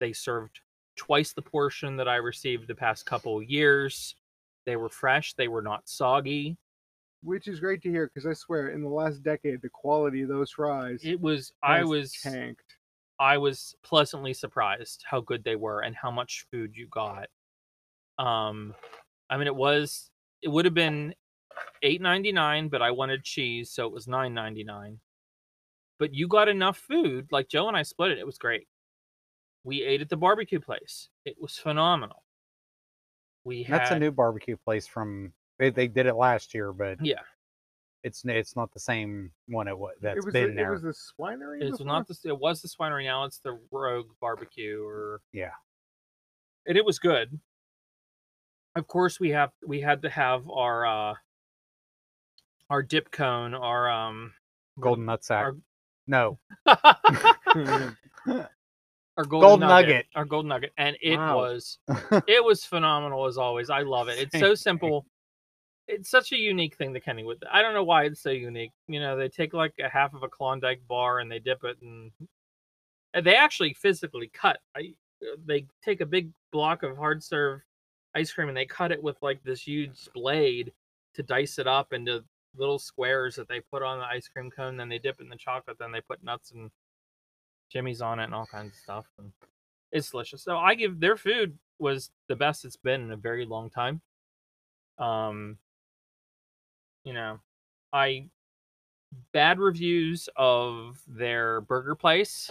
they served twice the portion that I received the past couple of years. They were fresh, they were not soggy. Which is great to hear because I swear, in the last decade, the quality of those fries. It was I has was tanked. I was pleasantly surprised how good they were and how much food you got. Um I mean it was it would have been 8.99 but I wanted cheese so it was 9.99. But you got enough food like Joe and I split it. It was great. We ate at the barbecue place. It was phenomenal. We had That's a new barbecue place from. They, they did it last year, but Yeah, it's it's not the same one it was that's Mm-hmm. it was been the, there. It was the swinery. it's before? not the it was the swinery now. It's the Rogue Barbecue or Yeah. and it was good. Of course, we have we had to have our uh our dip cone, our um Golden nutsack. Our- No, our golden, Gold nugget, nugget. our gold nugget, and it Wow. was it was phenomenal as always. I love it. It's Same so thing. simple. It's such a unique thing, the Kennywood. I don't know why it's so unique. You know, they take like a half of a Klondike bar and they dip it, and and they actually physically cut. I uh, they take a big block of hard serve ice cream and they cut it with like this huge blade to dice it up into little squares that they put on the ice cream cone. Then they dip it in the chocolate. Then they put nuts and jimmies on it and all kinds of stuff. And it's delicious. So I give their food was the best it's been in a very long time. Um, you know, I bad reviews of their burger place,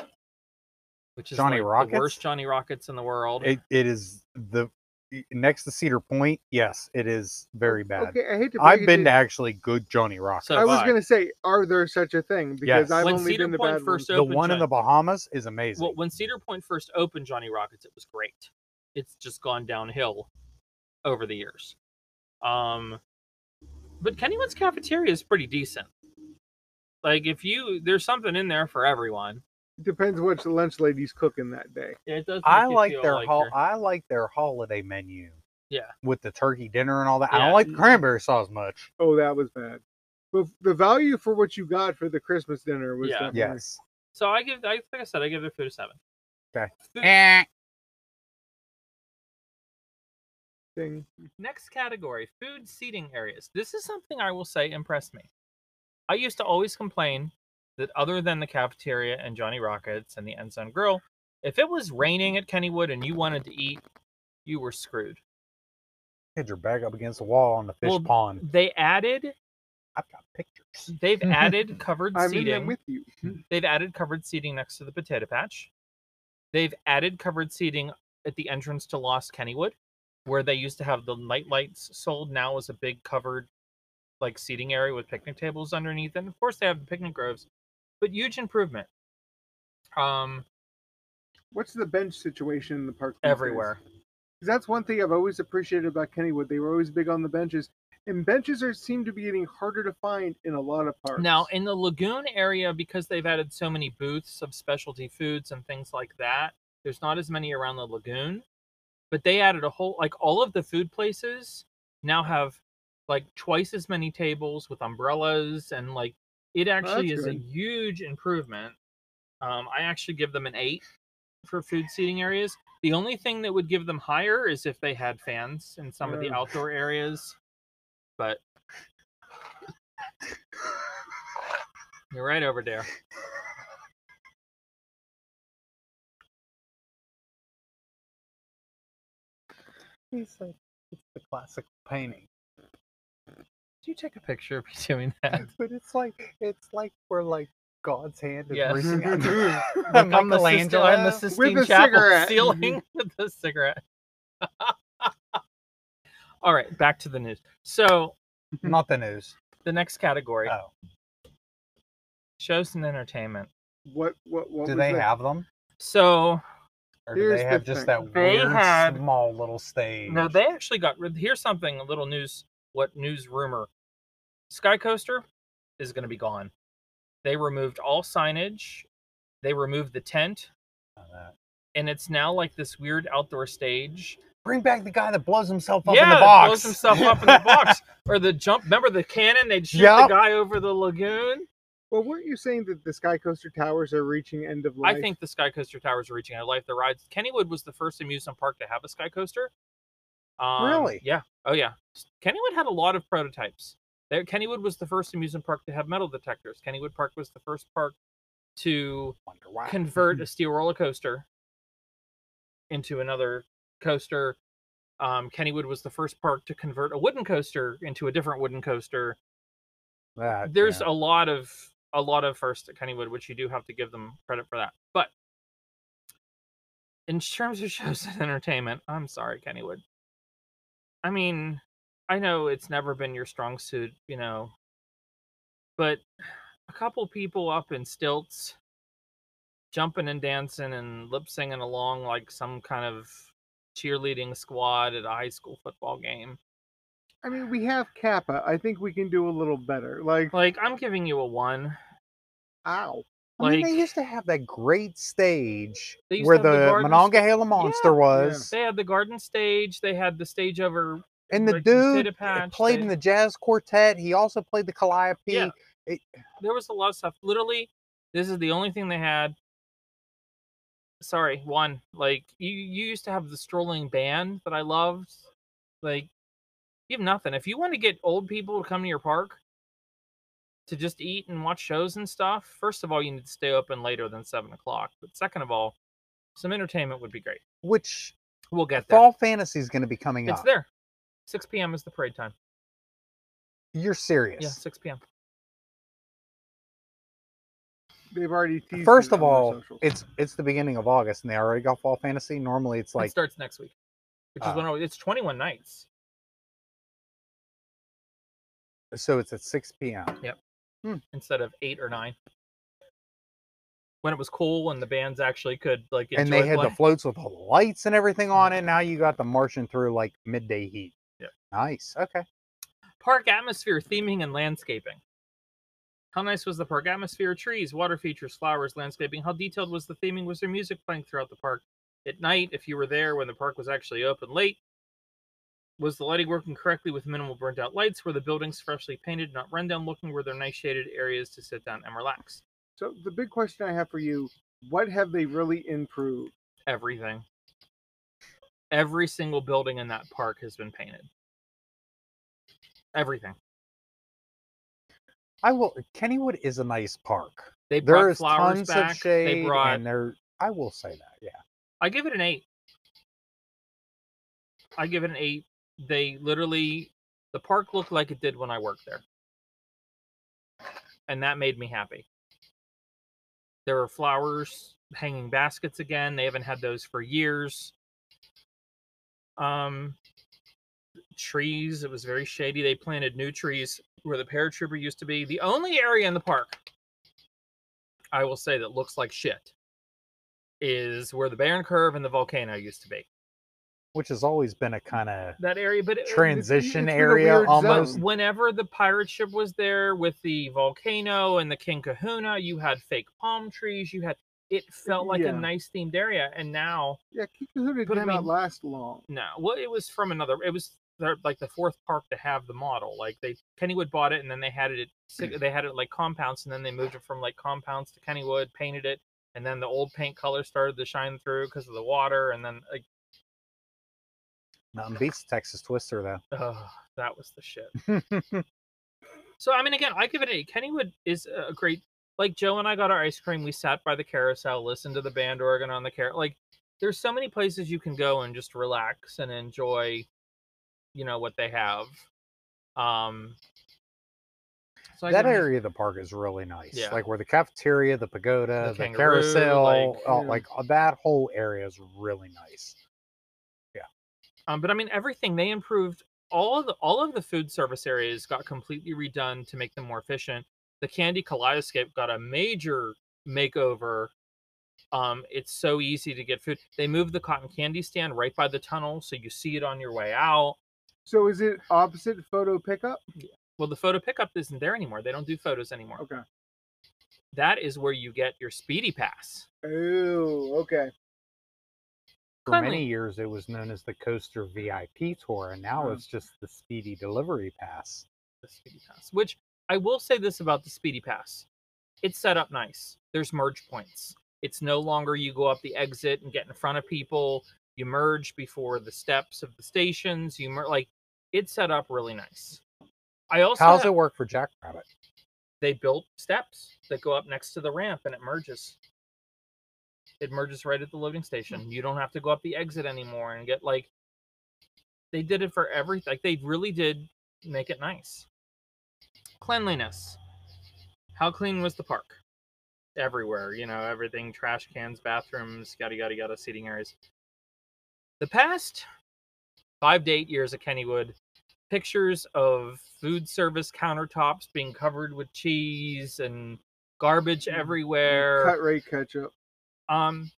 which is Johnny like Rockets? the worst Johnny Rockets in the world. It, it is the e- next to Cedar Point. Yes, it is very bad. Oh, Okay, I hate to. break I've it been you. to actually good Johnny Rockets. So I was Dubai. gonna say, are there such a thing? Because Yes. I've When only Cedar been to Point bad first ones. the open one in China. the Bahamas is amazing. well, when Cedar Point first opened Johnny Rockets, it was great. It's just gone downhill over the years. Um, but Kennywood's cafeteria is pretty decent. Like if you, there's something in there for everyone. Depends what the lunch lady's cooking that day. It does. I make you like feel their hol- you're- I like their holiday menu. Yeah. With the turkey dinner and all that. I Yeah. don't like the cranberry sauce much. Oh, that was bad. But the value for what you got for the Christmas dinner was Yeah. definitely. Yes. So I give, I, like I said, I give their food a seven. Okay. Food- Eh. Thing. Next category food seating areas. This is something I will say impressed me. I used to always complain that, other than the cafeteria and Johnny Rockets and the Ensign Grill, if it was raining at Kennywood and you wanted to eat, you were screwed. Hit your bag up against the wall on the fish Well, pond. They added, I've got pictures. they've added covered I'm in there seating. with you. They've added covered seating next to the potato patch. They've added covered seating at the entrance to Lost Kennywood, where they used to have the night lights sold. Now is a big covered, like seating area with picnic tables underneath, and of course they have the picnic groves. But huge improvement. Um, What's the bench situation in the park? these days? everywhere. 'Cause That's one thing I've always appreciated about Kennywood. They were always big on the benches, and benches are seem to be getting harder to find in a lot of parks. Now in the lagoon area, because they've added so many booths of specialty foods and things like that, there's not as many around the lagoon. But they added a whole like all of the food places now have like twice as many tables with umbrellas and like it actually that's is good. a huge improvement. Um, I actually give them an eight for food seating areas. The only thing that would give them higher is if they had fans in some of the Yeah. outdoor areas. But you're right over there. He's like, it's the classical painting. Do you take a picture of me doing that? But it's like it's like we're like God's hand is Yes. reaching out. Look, Like, I'm the Sistine- Michelangelo. I'm the Sistine a Chapel cigarette. ceiling with the cigarette. All right, back to the news. So Not the news. the next category, Oh, shows and entertainment. What? What? What? do was they that? have them, So or do Here's they the have just thing. that They weird had- small little stage? No, they actually got rid. Here's something a little news. What news rumor? Sky Coaster is going to be gone. They removed all signage. They removed the tent, and it's now like this weird outdoor stage. Bring back the guy that blows himself up in yeah, the that box. blows himself up in the box, or the jump. Remember the cannon? They'd shoot Yep. the guy over the lagoon. Well, weren't you saying that the Sky Coaster towers are reaching end of life? I think the Sky Coaster towers are reaching out of life. The rides. Kennywood was the first amusement park to have a Sky Coaster. Um, Really? Yeah. Oh yeah. Kennywood had a lot of prototypes. There, Kennywood was the first amusement park to have metal detectors. Kennywood Park was the first park to Wonder why. convert a steel roller coaster into another coaster. Um, Kennywood was the first park to convert a wooden coaster into a different wooden coaster That, there's yeah. a lot of a lot of first at Kennywood, which you do have to give them credit for that. But in terms of shows and entertainment, I'm sorry, Kennywood. I mean, I know it's never been your strong suit, you know, but a couple people up in stilts jumping and dancing and lip singing along like some kind of cheerleading squad at a high school football game. I mean, we have Kappa. I think we can do a little better. Like, Like I'm giving you a 1. ow. I mean, like- they used to have that great stage They used to where have the the, garden Monongahela Monster Yeah. was, They had the garden stage. They had the stage over. and the like the dude potato patch, played they- in the jazz quartet. He also played the calliope. Yeah. There was a lot of stuff. Literally, this is the only thing they had. Sorry, one. Like you, you used to have the strolling band that I loved. Like you have nothing. If you want to get old people to come to your park to just eat and watch shows and stuff, first of all, you need to stay open later than seven o'clock. But second of all, some entertainment would be great. Which We'll get there. Fall Fantasy is going to be coming It's up. there. 6 p.m. is the parade time. You're serious. Yeah, 6 p.m. They've already teased. First it of on their all, socials. it's it's the beginning of August and they already got fall fantasy. Normally it's it like starts next week, which is Ah. when I, it's 21 nights. so it's at six PM. instead of eight or nine. When it was cool and the bands actually could like enjoy and they had play. the floats with the lights and everything on Mm-hmm. it. Now you got the marching through like midday heat. Yep. Nice. Okay. park atmosphere, theming, and landscaping. How nice was the park atmosphere? Trees, water features, flowers, landscaping. How detailed was the theming? Was there music playing throughout the park? At night, if you were there when the park was actually open late, was the lighting working correctly with minimal burnt out lights? Were the buildings freshly painted, not rundown looking? Were there nice shaded areas to sit down and relax? so the big question I have for you: What have they really improved? Everything. Every single building in that park has been painted. Everything. I will Kennywood is a nice park. They There brought is flowers tons back. of shade they brought and there I will say that, yeah. I give it an eight. I give it an eight. They literally, the park looked like it did when I worked there. And that made me happy. There were flowers, hanging baskets again. They haven't had those for years. Um, trees, it was very shady. They planted new trees where the paratrooper used to be. The only area in the park, I will say, that looks like shit is where the Barren Curve and the volcano used to be. Which has always been a kind of That area, but it, transition it's been a area weird almost. zone. whenever the pirate ship was there with the volcano and the King Kahuna, you had fake palm trees. You had it felt like Yeah. a nice themed area, and now Yeah, Kikahuna But did I not mean- last long. no, well, it was from another. It was their, like the fourth park to have the model. Like they Kennywood bought it, and then they had it. At, si- they had it like compounds, and then they moved it from like compounds to Kennywood, painted it, and then the old paint color started to shine through because of the water, and then uh, like Mountain beats Texas Twister though. oh, that was the shit. So I mean, again, I give it an eight. Kennywood is a- a great. Like Joe and I got our ice cream. We sat by the carousel, listened to the band organ on the car. Like, there's so many places you can go and just relax and enjoy, you know, what they have. Um. So I that give it an eight. area of the park is really nice. Yeah. Like where the cafeteria, the pagoda, The the, kangaroo, carousel, like, uh, yeah. like uh, that whole area is really nice. Um, but I mean, everything they improved. All of the all of the food service areas got completely redone to make them more efficient. The Candy Kaleidoscape got a major makeover. Um, it's so easy to get food. They moved the cotton candy stand right by the tunnel, so you see it on your way out. So is it opposite photo pickup? Well, the photo pickup isn't there anymore. They don't do photos anymore. Okay. That is where you get your speedy pass. Oh, okay. For Cleanly. many years, it was known as the Coaster VIP Tour, and now Hmm. Mm. it's just the Speedy Delivery Pass. the Speedy Pass. Which I will say this about the Speedy Pass. It's set up nice. There's merge points. It's no longer you go up the exit and get in front of people. You merge before the steps of the stations. You mer- like it's set up really nice. I also How's ha- it work for Jackrabbit? they built steps that go up next to the ramp and it merges. It merges right at the loading station. You don't have to go up the exit anymore and get like they did it for everything. Like they really did make it nice. Cleanliness. How clean was the park? Everywhere, you know, everything, trash cans, bathrooms, yada yada yada, seating areas. The past five to eight years at Kennywood pictures of food service countertops being covered with cheese and garbage Mm, mm, everywhere. Cut rate ketchup. Um,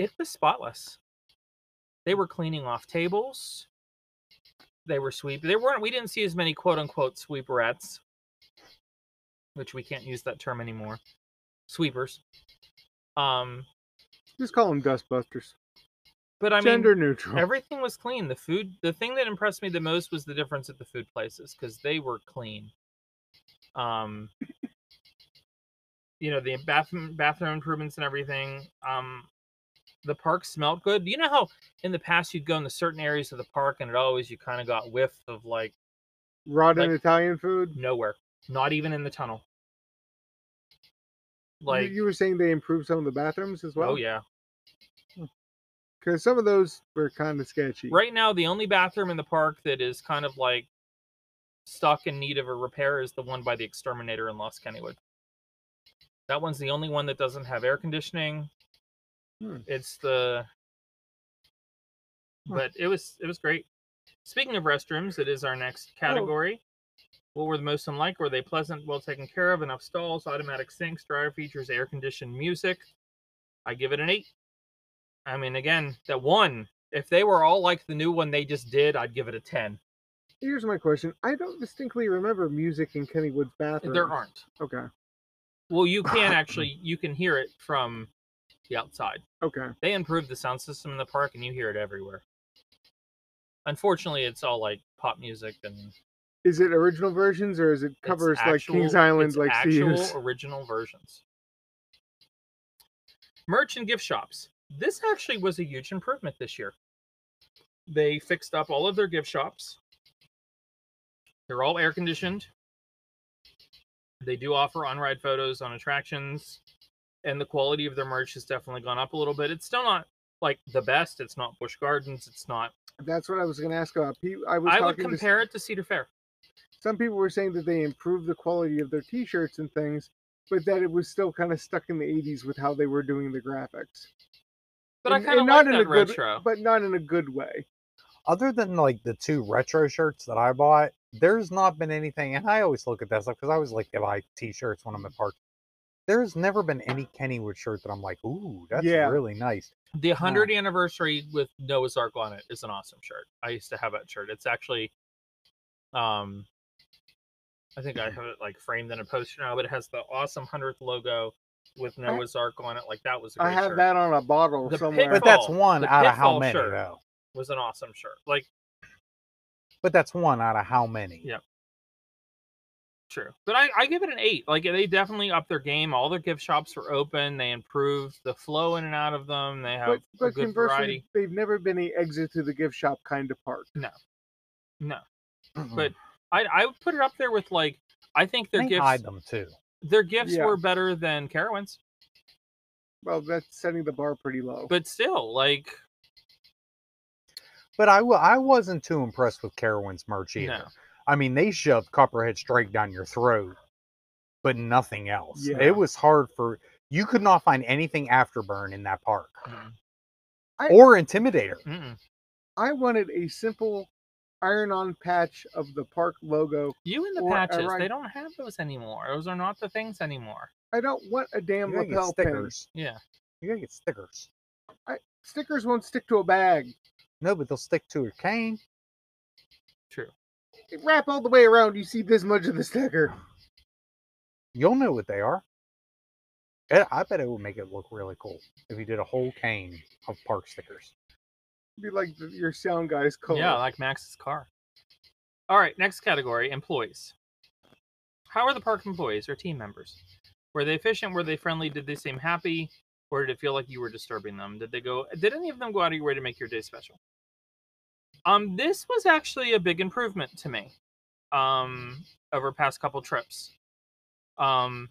it was spotless. They were cleaning off tables. They were sweep. There weren't. We didn't see as many quote unquote sweeperettes, which we can't use that term anymore. Sweepers. Um, Just call them dustbusters. but I mean, Gender neutral. Everything was clean. The food, the thing that impressed me the most was the difference at the food places because they were clean. Um, you know, the bathroom, bathroom improvements and everything. Um, the park smelled good. You know how in the past you'd go into certain areas of the park and it always you kind of got whiff of like Rotten like- Italian food. You- nowhere, not even in the tunnel. Like, you were saying, they improved some of the bathrooms as well. oh yeah. because some of those were kind of sketchy. Right now, the only bathroom in the park that is kind of like stock in need of a repair is the one by the exterminator in Lost Kennywood. That one's the only one that doesn't have air conditioning. Hmm. It's the Hmm. but it was it was great. Speaking of restrooms, it is our next category. What were the most unlike? Were they pleasant, well taken care of, enough stalls, automatic sinks, dryer features, air conditioned music? I give it an eight. I mean, again, that one. If they were all like the new one they just did, I'd give it a ten. Here's my question. I don't distinctly remember music in Kennywood's bathroom. There aren't. Okay. Well, you can actually you can hear it from the outside. Okay. They improved the sound system in the park, and you hear it everywhere. Unfortunately, it's all like pop music and it's Is it original versions or is it covers like actual- Kings Island it's like actual Seas? original versions. Merch and gift shops. This actually was a huge improvement this year. They fixed up all of their gift shops. They're all air conditioned. They do offer on ride photos on attractions, and the quality of their merch has definitely gone up a little bit. It's still not like the best. It's not Bush Gardens. It's not. That's what I was going to ask about. Pe- I was I would talking to s- compare it to Cedar Fair. some people were saying that they improved the quality of their t-shirts and things, but that it was still kind of stuck in the 80s with how they were doing the graphics. But And- I kind of like and not in that a good- retro. But not in a good way. Other than like the two retro shirts that I bought, there's not been anything. And I always look at that stuff because I always like to buy T-shirts when I'm at park. There's never been any Kennywood shirt that I'm like, ooh, that's Yeah. really nice. The 100 anniversary with Noah's Ark on it is an awesome shirt. I used to have that shirt. It's actually, um, I think Mm-hmm. I have it like framed in a poster now, but it has the awesome 100th logo with Noah's Ark on it. Like that was a great I have shirt. that on a bottle The somewhere. But that's Pitfall. one The out of how Pitfall many shirt. though. Was an awesome shirt. Like But that's one out of how many. Yeah. true, but I, I give it an eight. Like they definitely upped their game. All their gift shops were open. They improved the flow in and out of them. They have but a but good conversely, variety. they've never been a exit to the gift shop kind of park. No, Mm-mm. But I I would put it up there with like I think their they gifts hide them too. their gifts Yeah. were better than Carowinds. Well, that's setting the bar pretty low. but still, like, But I wa- I wasn't too impressed with Carowinds merch either. no. I mean, they shoved Copperhead straight down your throat, but nothing else. Yeah. It was hard for you could not find anything afterburn in that park I- or Intimidator. Mm-mm. I wanted a simple iron-on patch of the park logo. You and the Or a patches, they right- don't have those anymore. Those are not the things anymore. I don't want a damn You gotta get lapel pin. stickers. Yeah. You gotta get stickers. Stickers won't stick to a bag. No, but they'll stick to a cane. True. Wrap all the way around. You see this much of the sticker. You'll know what they are. And I bet it would make it look really cool if you did a whole cane of park stickers. Be like the, your sound guy's color. Yeah, like Max's car. All right, next category employees. How are the park employees or team members? Were they efficient? Were they friendly? Did they seem happy? Or did it feel like you were disturbing them? Did they go? Did any of them go out of your way to make your day special? Um, this was actually a big improvement to me. Um, over past couple trips. Um,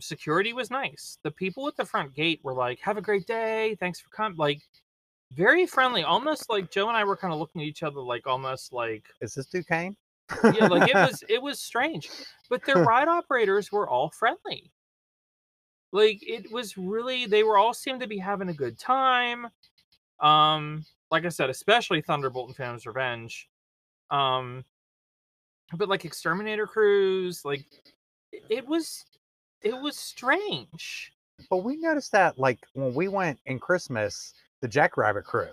security was nice. The people at the front gate were like, "Have a great day. Thanks for coming." Like, very friendly. Almost like Joe and I were kind of looking at each other, like almost like Is this Duquesne? yeah, like it was it was strange. But their ride operators were all friendly. Like it was really they were all seemed to be having a good time. Um, like I said, especially Thunderbolt and Phantom's Revenge. Um but like Exterminator Cruise, like it- it was it was strange. But we noticed that, like when we went in Christmas, the Jackrabbit crew,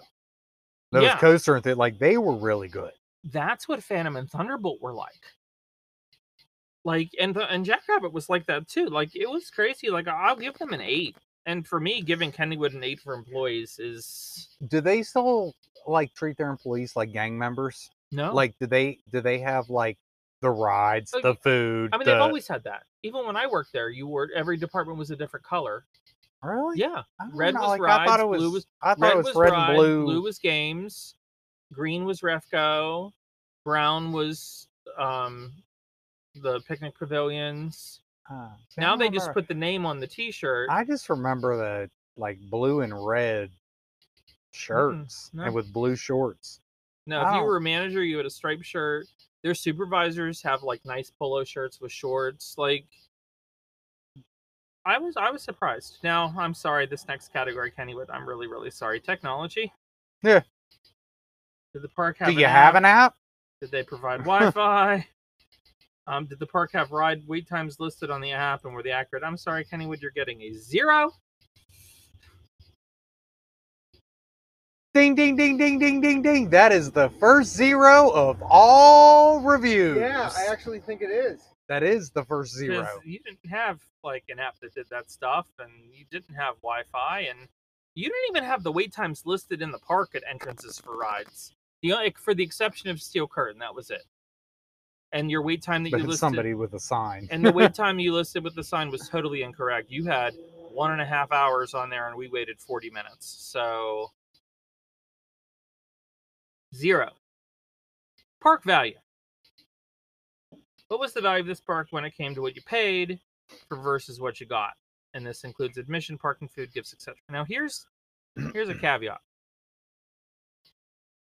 those Yeah. coaster and th- like they were really good. that's what Phantom and Thunderbolt were like. Like and the, and Jackrabbit was like that too. Like it was crazy. Like I'll give them an eight. And for me, giving Kennywood an eight for employees is Do they still like treat their employees like gang members? no. Like, do they do they have like the rides, Like, the food? I mean, the... they've always had that. Even when I worked there, you were every department was a different color. really Yeah, I don't red know, was like, I thought rides, it was, blue was- Oh, I thought red it was, was red ride, and blue. was games, green was Refco, brown was um the picnic pavilions. Ah, see, I Now don't they just remember. put the name on the T-shirt. I just remember the like blue and red shirts no. and with blue shorts. No, if you Wow. were a manager, you had a striped shirt. their supervisors have like nice polo shirts with shorts. Like I was I was surprised. Now I'm sorry. This next category, Kennywood, I'm really really sorry. Technology. Yeah. Did the park have? Do an you app? have an app? Did they provide Wi-Fi? um, did the park have ride wait times listed on the app, and were they accurate? I'm sorry, Kennywood, you're getting a zero. Ding, ding, ding, ding, ding, ding, ding. That is the first zero of all reviews. Yeah, I actually think it is. that is the first 'Cause zero. You didn't have like an app that did that stuff, and you didn't have Wi-Fi, and you didn't even have the wait times listed in the park at entrances for rides. You know, like for the exception of Steel Curtain, that was it. And your wait time that But you it's listed, somebody with a sign. and the wait time you listed with the sign was totally incorrect. You had one and a half hours on there, and we waited forty minutes. So zero. Park value. What was the value of this park when it came to what you paid for versus what you got? And this includes admission, parking, food, gifts, etc. Now here's here's a caveat.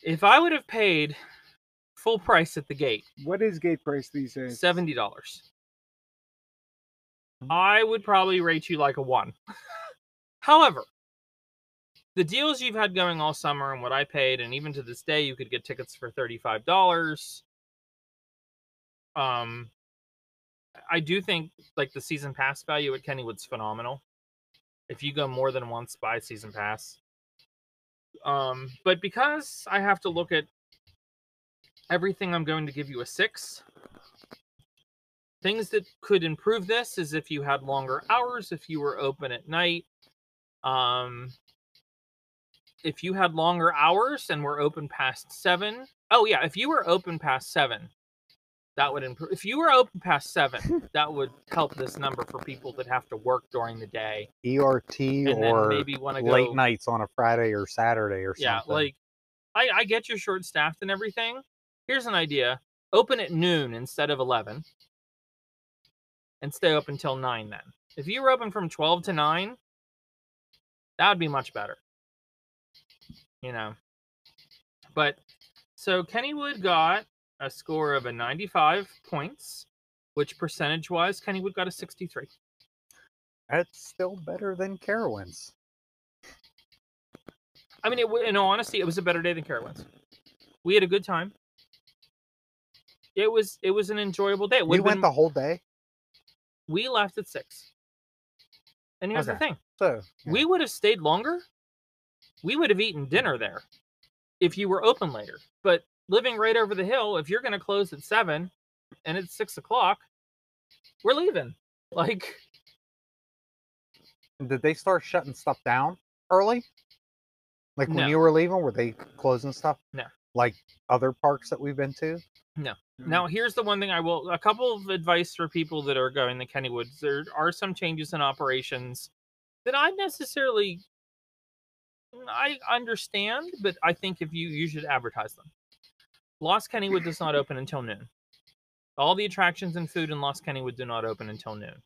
If I would have paid full price at the gate, What is gate price these days? seventy dollars. I would probably rate you like a one. However, the deals you've had going all summer and what I paid, and even to this day, you could get tickets for thirty-five dollars. Um, I do think like the season pass value at Kennywood's phenomenal. If you go more than once, buy season pass. Um, but because I have to look at everything, I'm going to give you a six things that could improve this is if you had longer hours if you were open at night um if you had longer hours and were open past seven oh yeah if you were open past seven that would improve if you were open past seven that would help this number for people that have to work during the day ERT and E or then maybe want to go late nights on a Friday or Saturday or something. yeah like i i get you're short staffed and everything here's an idea open at noon instead of 11 and stay open till 9 then if you were open from 12 to 9 that would be much better you know but so kennywood got a score of a 95 points which percentage wise kennywood got a 63 that's still better than Carowinds. I mean, it, wa- in all honesty, it was a better day than Carowinds. We had a good time. It was it was an enjoyable day. It We would've went been- the whole day. we left at six. And here's the Okay. thing: So yeah. we would have stayed longer. We would have eaten dinner there if you were open later. But living right over the hill, if you're going to close at seven and it's six o'clock, we're leaving. Like did they start shutting stuff down early? Like when No. you were leaving, were they closing stuff? No. Like other parks that we've been to? Now, here's the one thing I will a couple of advice for people that are going to Kennywoods. There are some changes in operations that I necessarily I understand, but I think if you you should advertise them. Lost Kennywood does not open until noon. All the attractions and food in Lost Kennywood do not open until noon.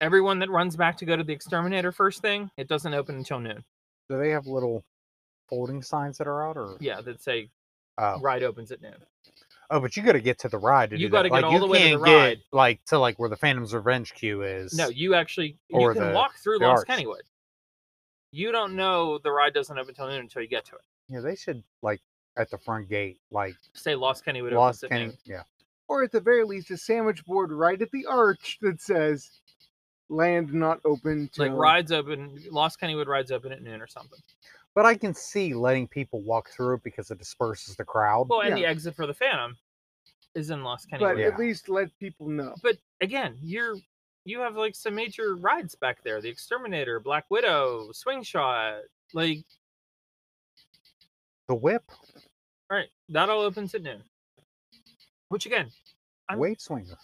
Everyone that runs back to go to the exterminator first thing, it doesn't open until noon. Do they have little folding signs that are out or Yeah, that say oh. ride opens at noon. oh, but you gotta get to the ride to You do that. gotta get like all you the way to the can't ride. get like to like where the Phantom's Revenge queue is. No, you actually you or can the- walk through the Lost arch. Kennywood. You don't know the ride doesn't open until noon until you get to it. Yeah, they should like at the front gate, like Say Lost Kennywood Lost opens at Kenny. noon. Yeah. or at the very least, a sandwich board right at the arch that says "Land not open to." Like rides open, Lost Kennywood rides open at noon or something. But I can see letting people walk through it because it disperses the crowd. Well, and the Yeah. exit for the Phantom is in Lost Kennywood. but But, Yeah. at least let people know. again, you're you have like some major rides back there: the Exterminator, Black Widow, Swing Shot. Like, the whip, all right, that all opens at noon. Which again, I'm- wave swinger.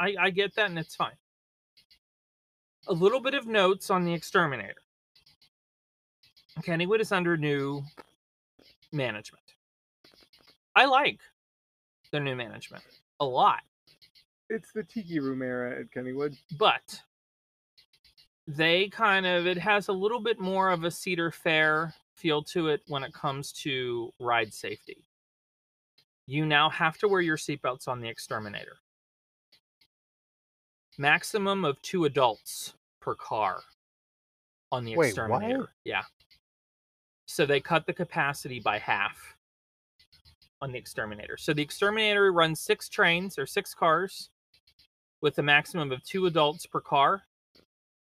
I, I get that and it's fine. A little bit of notes on the exterminator. Kennywood is under new management. I like their new management a lot, It's the Tiki Room era at Kennywood. but they kind of it has a little bit more of a Cedar Fair feel to it when it comes to ride safety. you now have to wear your seatbelts on the exterminator. Maximum of two adults per car on the Wait, what? exterminator. Yeah. So they cut the capacity by half on the exterminator. So the exterminator runs six trains or six cars with a maximum of two adults per car,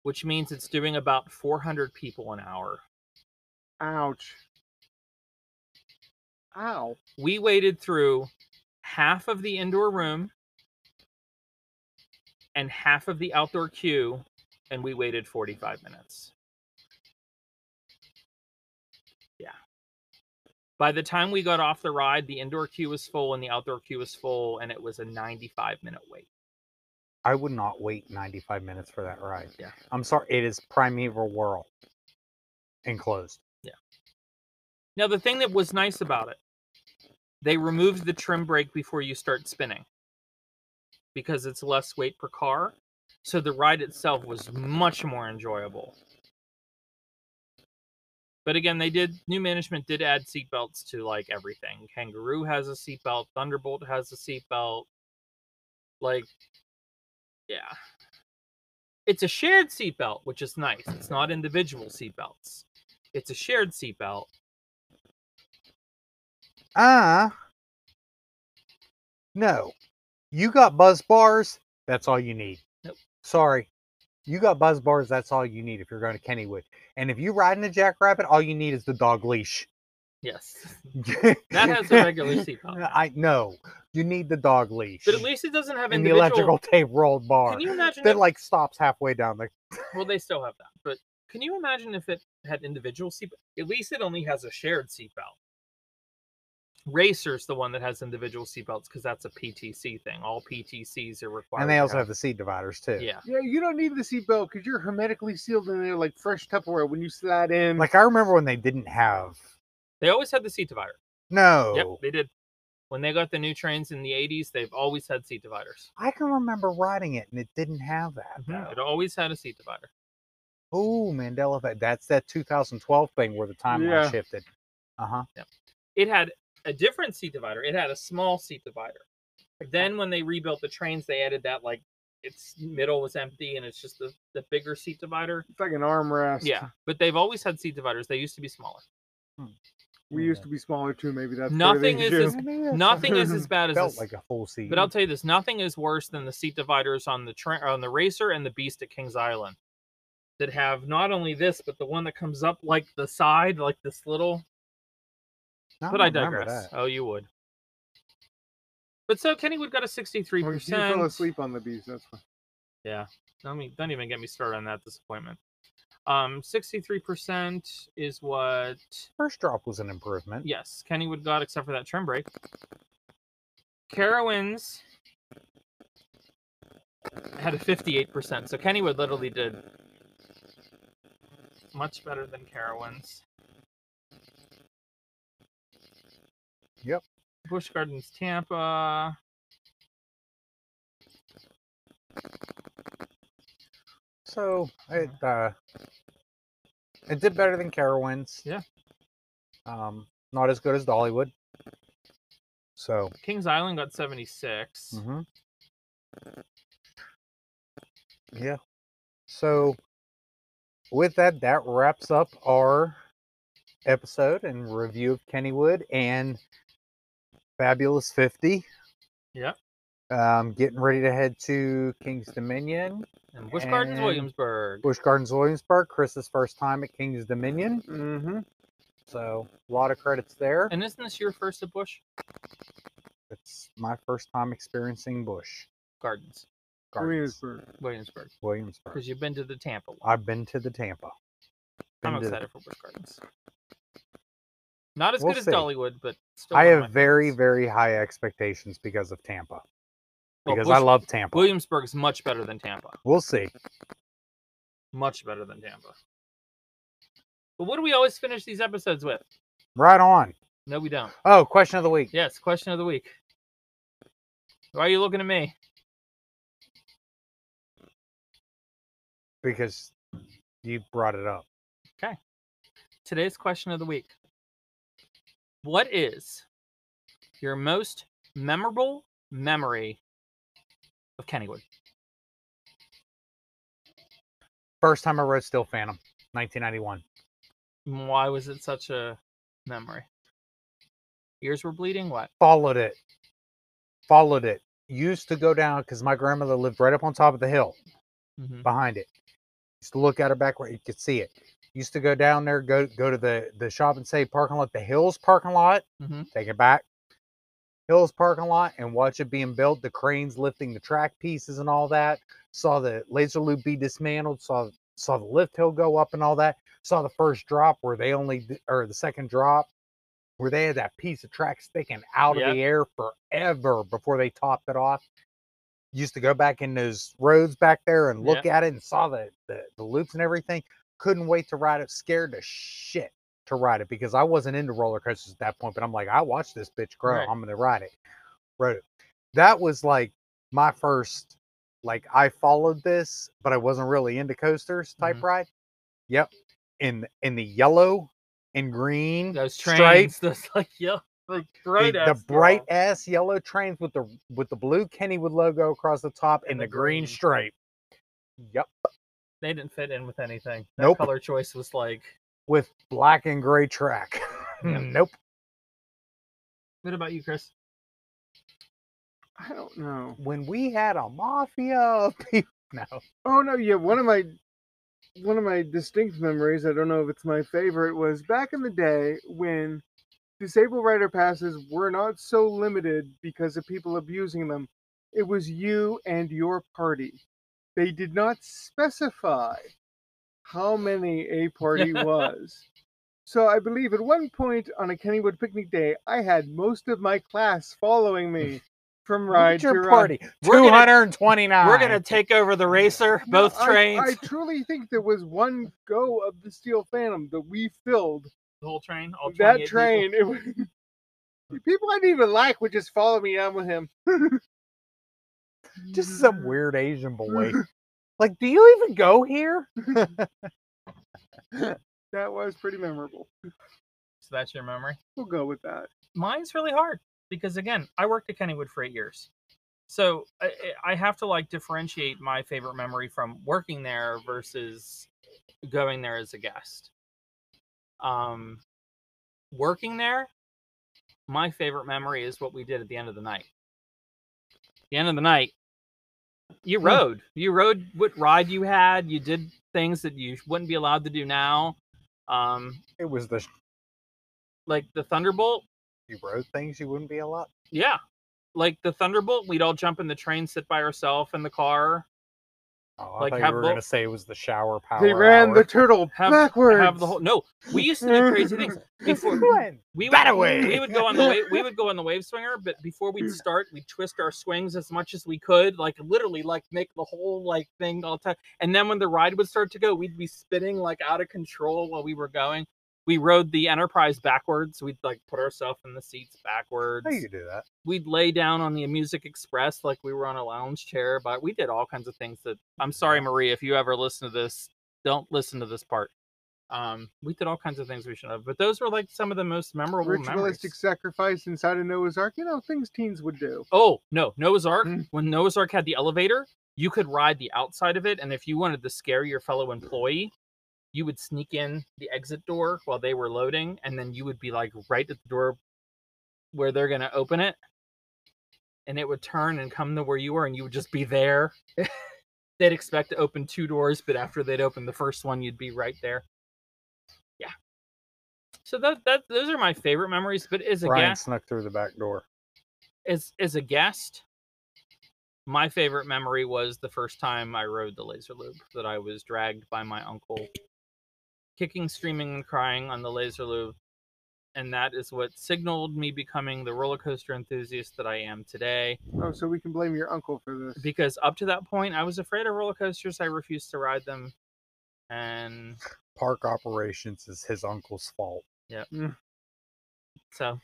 which means it's doing about 400 people an hour. Ouch. Ow. we waded through half of the indoor room and half of the outdoor queue and we waited 45 minutes yeah by the time we got off the ride the indoor queue was full and the outdoor queue was full and it was a 95 minute wait I would not wait 95 minutes for that ride. Yeah. I'm sorry. It is primeval world enclosed. now the thing that was nice about it they removed the trim brake before you start spinning because it's less weight per car so the ride itself was much more enjoyable but again they did new management did add seatbelts to like everything kangaroo has a seatbelt thunderbolt has a seatbelt like yeah it's a shared seatbelt which is nice it's not individual seatbelts it's a shared seatbelt Ah. No. You got buzz bars. That's all you need. Nope. Sorry. You got buzz bars. That's all you need if you're going to Kennywood. And if you ride in a jackrabbit, all you need is the dog leash. yes that That has a regular seatbelt. I know. You need the dog leash. But at least it doesn't have and the individual. electrical tape rolled bar. Can you imagine? That If, like stops halfway down the well, they still have that. But can you imagine if it had individual seatbelt? At least it only has a shared seatbelt. Racer's the one that has individual seatbelts because that's a PTC thing. All PTCs are required. and they to also have the seat dividers too. Yeah. Yeah, you don't need the seatbelt because you're hermetically sealed in there like fresh Tupperware when you slide in. Like I remember when they didn't have They always had the seat divider. no. Yep, they did. When they got the new trains in the 80s, they've always had seat dividers. I can remember riding it and it didn't have that. Mhm, though. It always had a seat divider. Oh, Mandela effect. That's that 2012 thing where the timeline Yeah. shifted. Uh huh. it had a different seat divider. It had a small seat divider. Then when they rebuilt the trains, they added that like its middle was empty and it's just the, the bigger seat divider. it's like an armrest. Yeah. But they've always had seat dividers. They used to be smaller. We used to be smaller too. Maybe that's part of the Nothing is issue. as Nothing is as bad as felt this. like a full seat. But I'll tell you this, nothing is worse than the seat dividers on the train on the racer and the beast at King's Island that have not only this but the one that comes up like the side, like this little No, but I don't remember digress. that. Oh, you would. But so Kennywood got a sixty-three Well, you percent. fell asleep on the beast. That's why. Yeah. Don't, me- don't even get me started on that disappointment. Um, 63% is what, First drop was an improvement. yes, Kennywood got, except for that trim break. Carowinds had a 58%. So Kennywood literally did much better than Carowinds. Yep. Bush Gardens Tampa. So it uh, it did better than Carowinds. Yeah. Um, not as good as Dollywood. So Kings Island got 76. Mm-hmm. Yeah. So, with that, that wraps up our episode and review of Kennywood and Fabulous 50. Yep. Um, getting ready to head to King's Dominion, And Bush Mm-hmm. Gardens And- Williamsburg. Busch Gardens, Williamsburg. Chris's first time at King's Dominion. Mm-hmm. So, a lot of credits there. And isn't this your first at Bush It's my first time experiencing Bush Gardens, Gardens, Williamsburg? Williamsburg. Because you've been to the Tampa one. I've been to the Tampa. I'm Been to- excited for Bush Gardens. Not as We'll good as see. Dollywood, but still. I one of have my very, favorites. very high expectations because of Tampa. Well, Because I Oh, Busch- love Tampa. Williamsburg's much better than Tampa. We'll see. Much better than Tampa. But what do we always finish these episodes with? Right on. No, we don't. Oh, question of the week. Yes, question of the week. Why are you looking at me? Because you brought it up. Today's question of the week What is Your most memorable memory of Kennywood. First time I rode Steel Phantom, 1991. Mm, Why was it such a memory? Ears were bleeding. What? Followed it. Followed it. Used to go down because my grandmother lived right up on top of the hill Mhm. behind it. Used to look at her back where you could see it. Used to go down there, go go to the the shop and say parking lot, the Hills parking lot. Mhm. Take it back. Hills parking lot and watch it being built. The cranes lifting the track pieces and all that. Saw the laser loop be dismantled. Saw saw the lift hill go up and all that. Saw the first drop where they only d- or the second drop where they had that piece of track sticking out Yeah. of the air forever before they topped it off used to go back in those roads back there and look at it and saw the, the the loops and everything. Couldn't wait to ride it. Scared to shit to ride it because I wasn't into roller coasters at that point. But I'm like, I watched this bitch grow. Right. I'm gonna ride it. Rode it. That was like my first. Like I followed this, but I wasn't really into coasters type Mhm. ride. Yep. In in the yellow and green Those stripe trains. Those like yeah, like the, bright. the bright ass yellow trains with the with the blue Kennywood logo across the top and, the, green, green. stripe. Yep, They didn't fit in with anything. That Nope. color choice was like. with black and gray track. Yep. nope. What about you, Chris? I don't know. When we had a mafia of people, no, Oh no, yeah, one of my one of my distinct memories, I don't know if it's my favorite, was back in the day when disabled rider passes were not so limited because of people abusing them. It was you and your party. They did not specify how many a party was. So I believe at one point on a Kennywood picnic day, I had most of my class following me from ride What's to your ride. party We're two gonna- hundred and twenty nine. We're gonna take over the racer. No, Both I- trains. I, truly think there was one go of the Steel Phantom that we filled. the whole train. All 28 that people. train, it was people I didn't even like would just follow me down with him. just some weird Asian boy. like, do you even go here? That was pretty memorable. So that's your memory. We'll go with that. mine's really hard because again i worked at kennywood for eight years so I, I- I have to like differentiate my favorite memory from working there versus going there as a guest um working there my favorite memory is what we did at the end of the night the end of the night you Hmm. rode you rode what ride you had you did things that you wouldn't be allowed to do now um It was the sh- like the thunderbolt you wrote things you wouldn't be allowed. Yeah. Like the Thunderbolt, we'd all jump in the train, sit by ourselves in the car, Oh, I Like, thought have you were lo- gonna say it was the shower power. they ran hour. the turtle have backwards. have the whole. No, we used to do crazy things before. Glenn, We would, That away. we would go on the wave. We would go on the wave swinger, but before we'd start, we'd twist our swings as much as we could, like literally, like make the whole like thing all time. And then when the ride would start to go, we'd be spinning like out of control while we were going. We rode the Enterprise backwards. We'd like put ourselves in the seats backwards. How you do that? we'd lay down on the music express like we were on a lounge chair but we did all kinds of things that i'm sorry marie if you ever listen to this don't listen to this part um we did all kinds of things we should have but those were like some of the most memorable memories. ritualistic sacrifice inside of Noah's Ark. You know things teens would do. oh no noah's ark Mm. when noah's ark had the elevator you could ride the outside of it and if you wanted to scare your fellow employee you would sneak in the exit door while they were loading and then you would be like right at the door where they're going to open it and it would turn and come to where you were and you would just be there they'd expect to open two doors but after they'd open the first one you'd be right there yeah so that, that those are my favorite memories but as a Brian guest snuck through the back door. as as a guest, my favorite memory was the first time I rode the laser loop that I was dragged by my uncle, kicking, screaming, and crying on the laser loop, and that is what signaled me becoming the roller coaster enthusiast that I am today. Oh, so we can blame your uncle for this. Because up to that point, I was afraid of roller coasters. I refused to ride them, and Park operations is his uncle's fault. so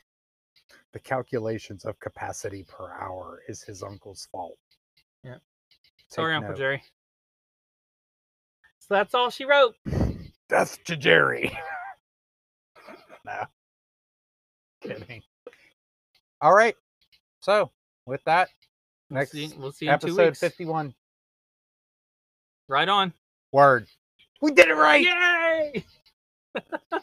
The calculations of capacity per hour is his uncle's fault. Yeah. Take sorry, Uncle note. Jerry. So that's all she wrote. Death to Jerry. no. Kidding. All right. So with that, We'll next see, we'll see you in two episode weeks. fifty-one. Right on. Word. We did it right. Yay!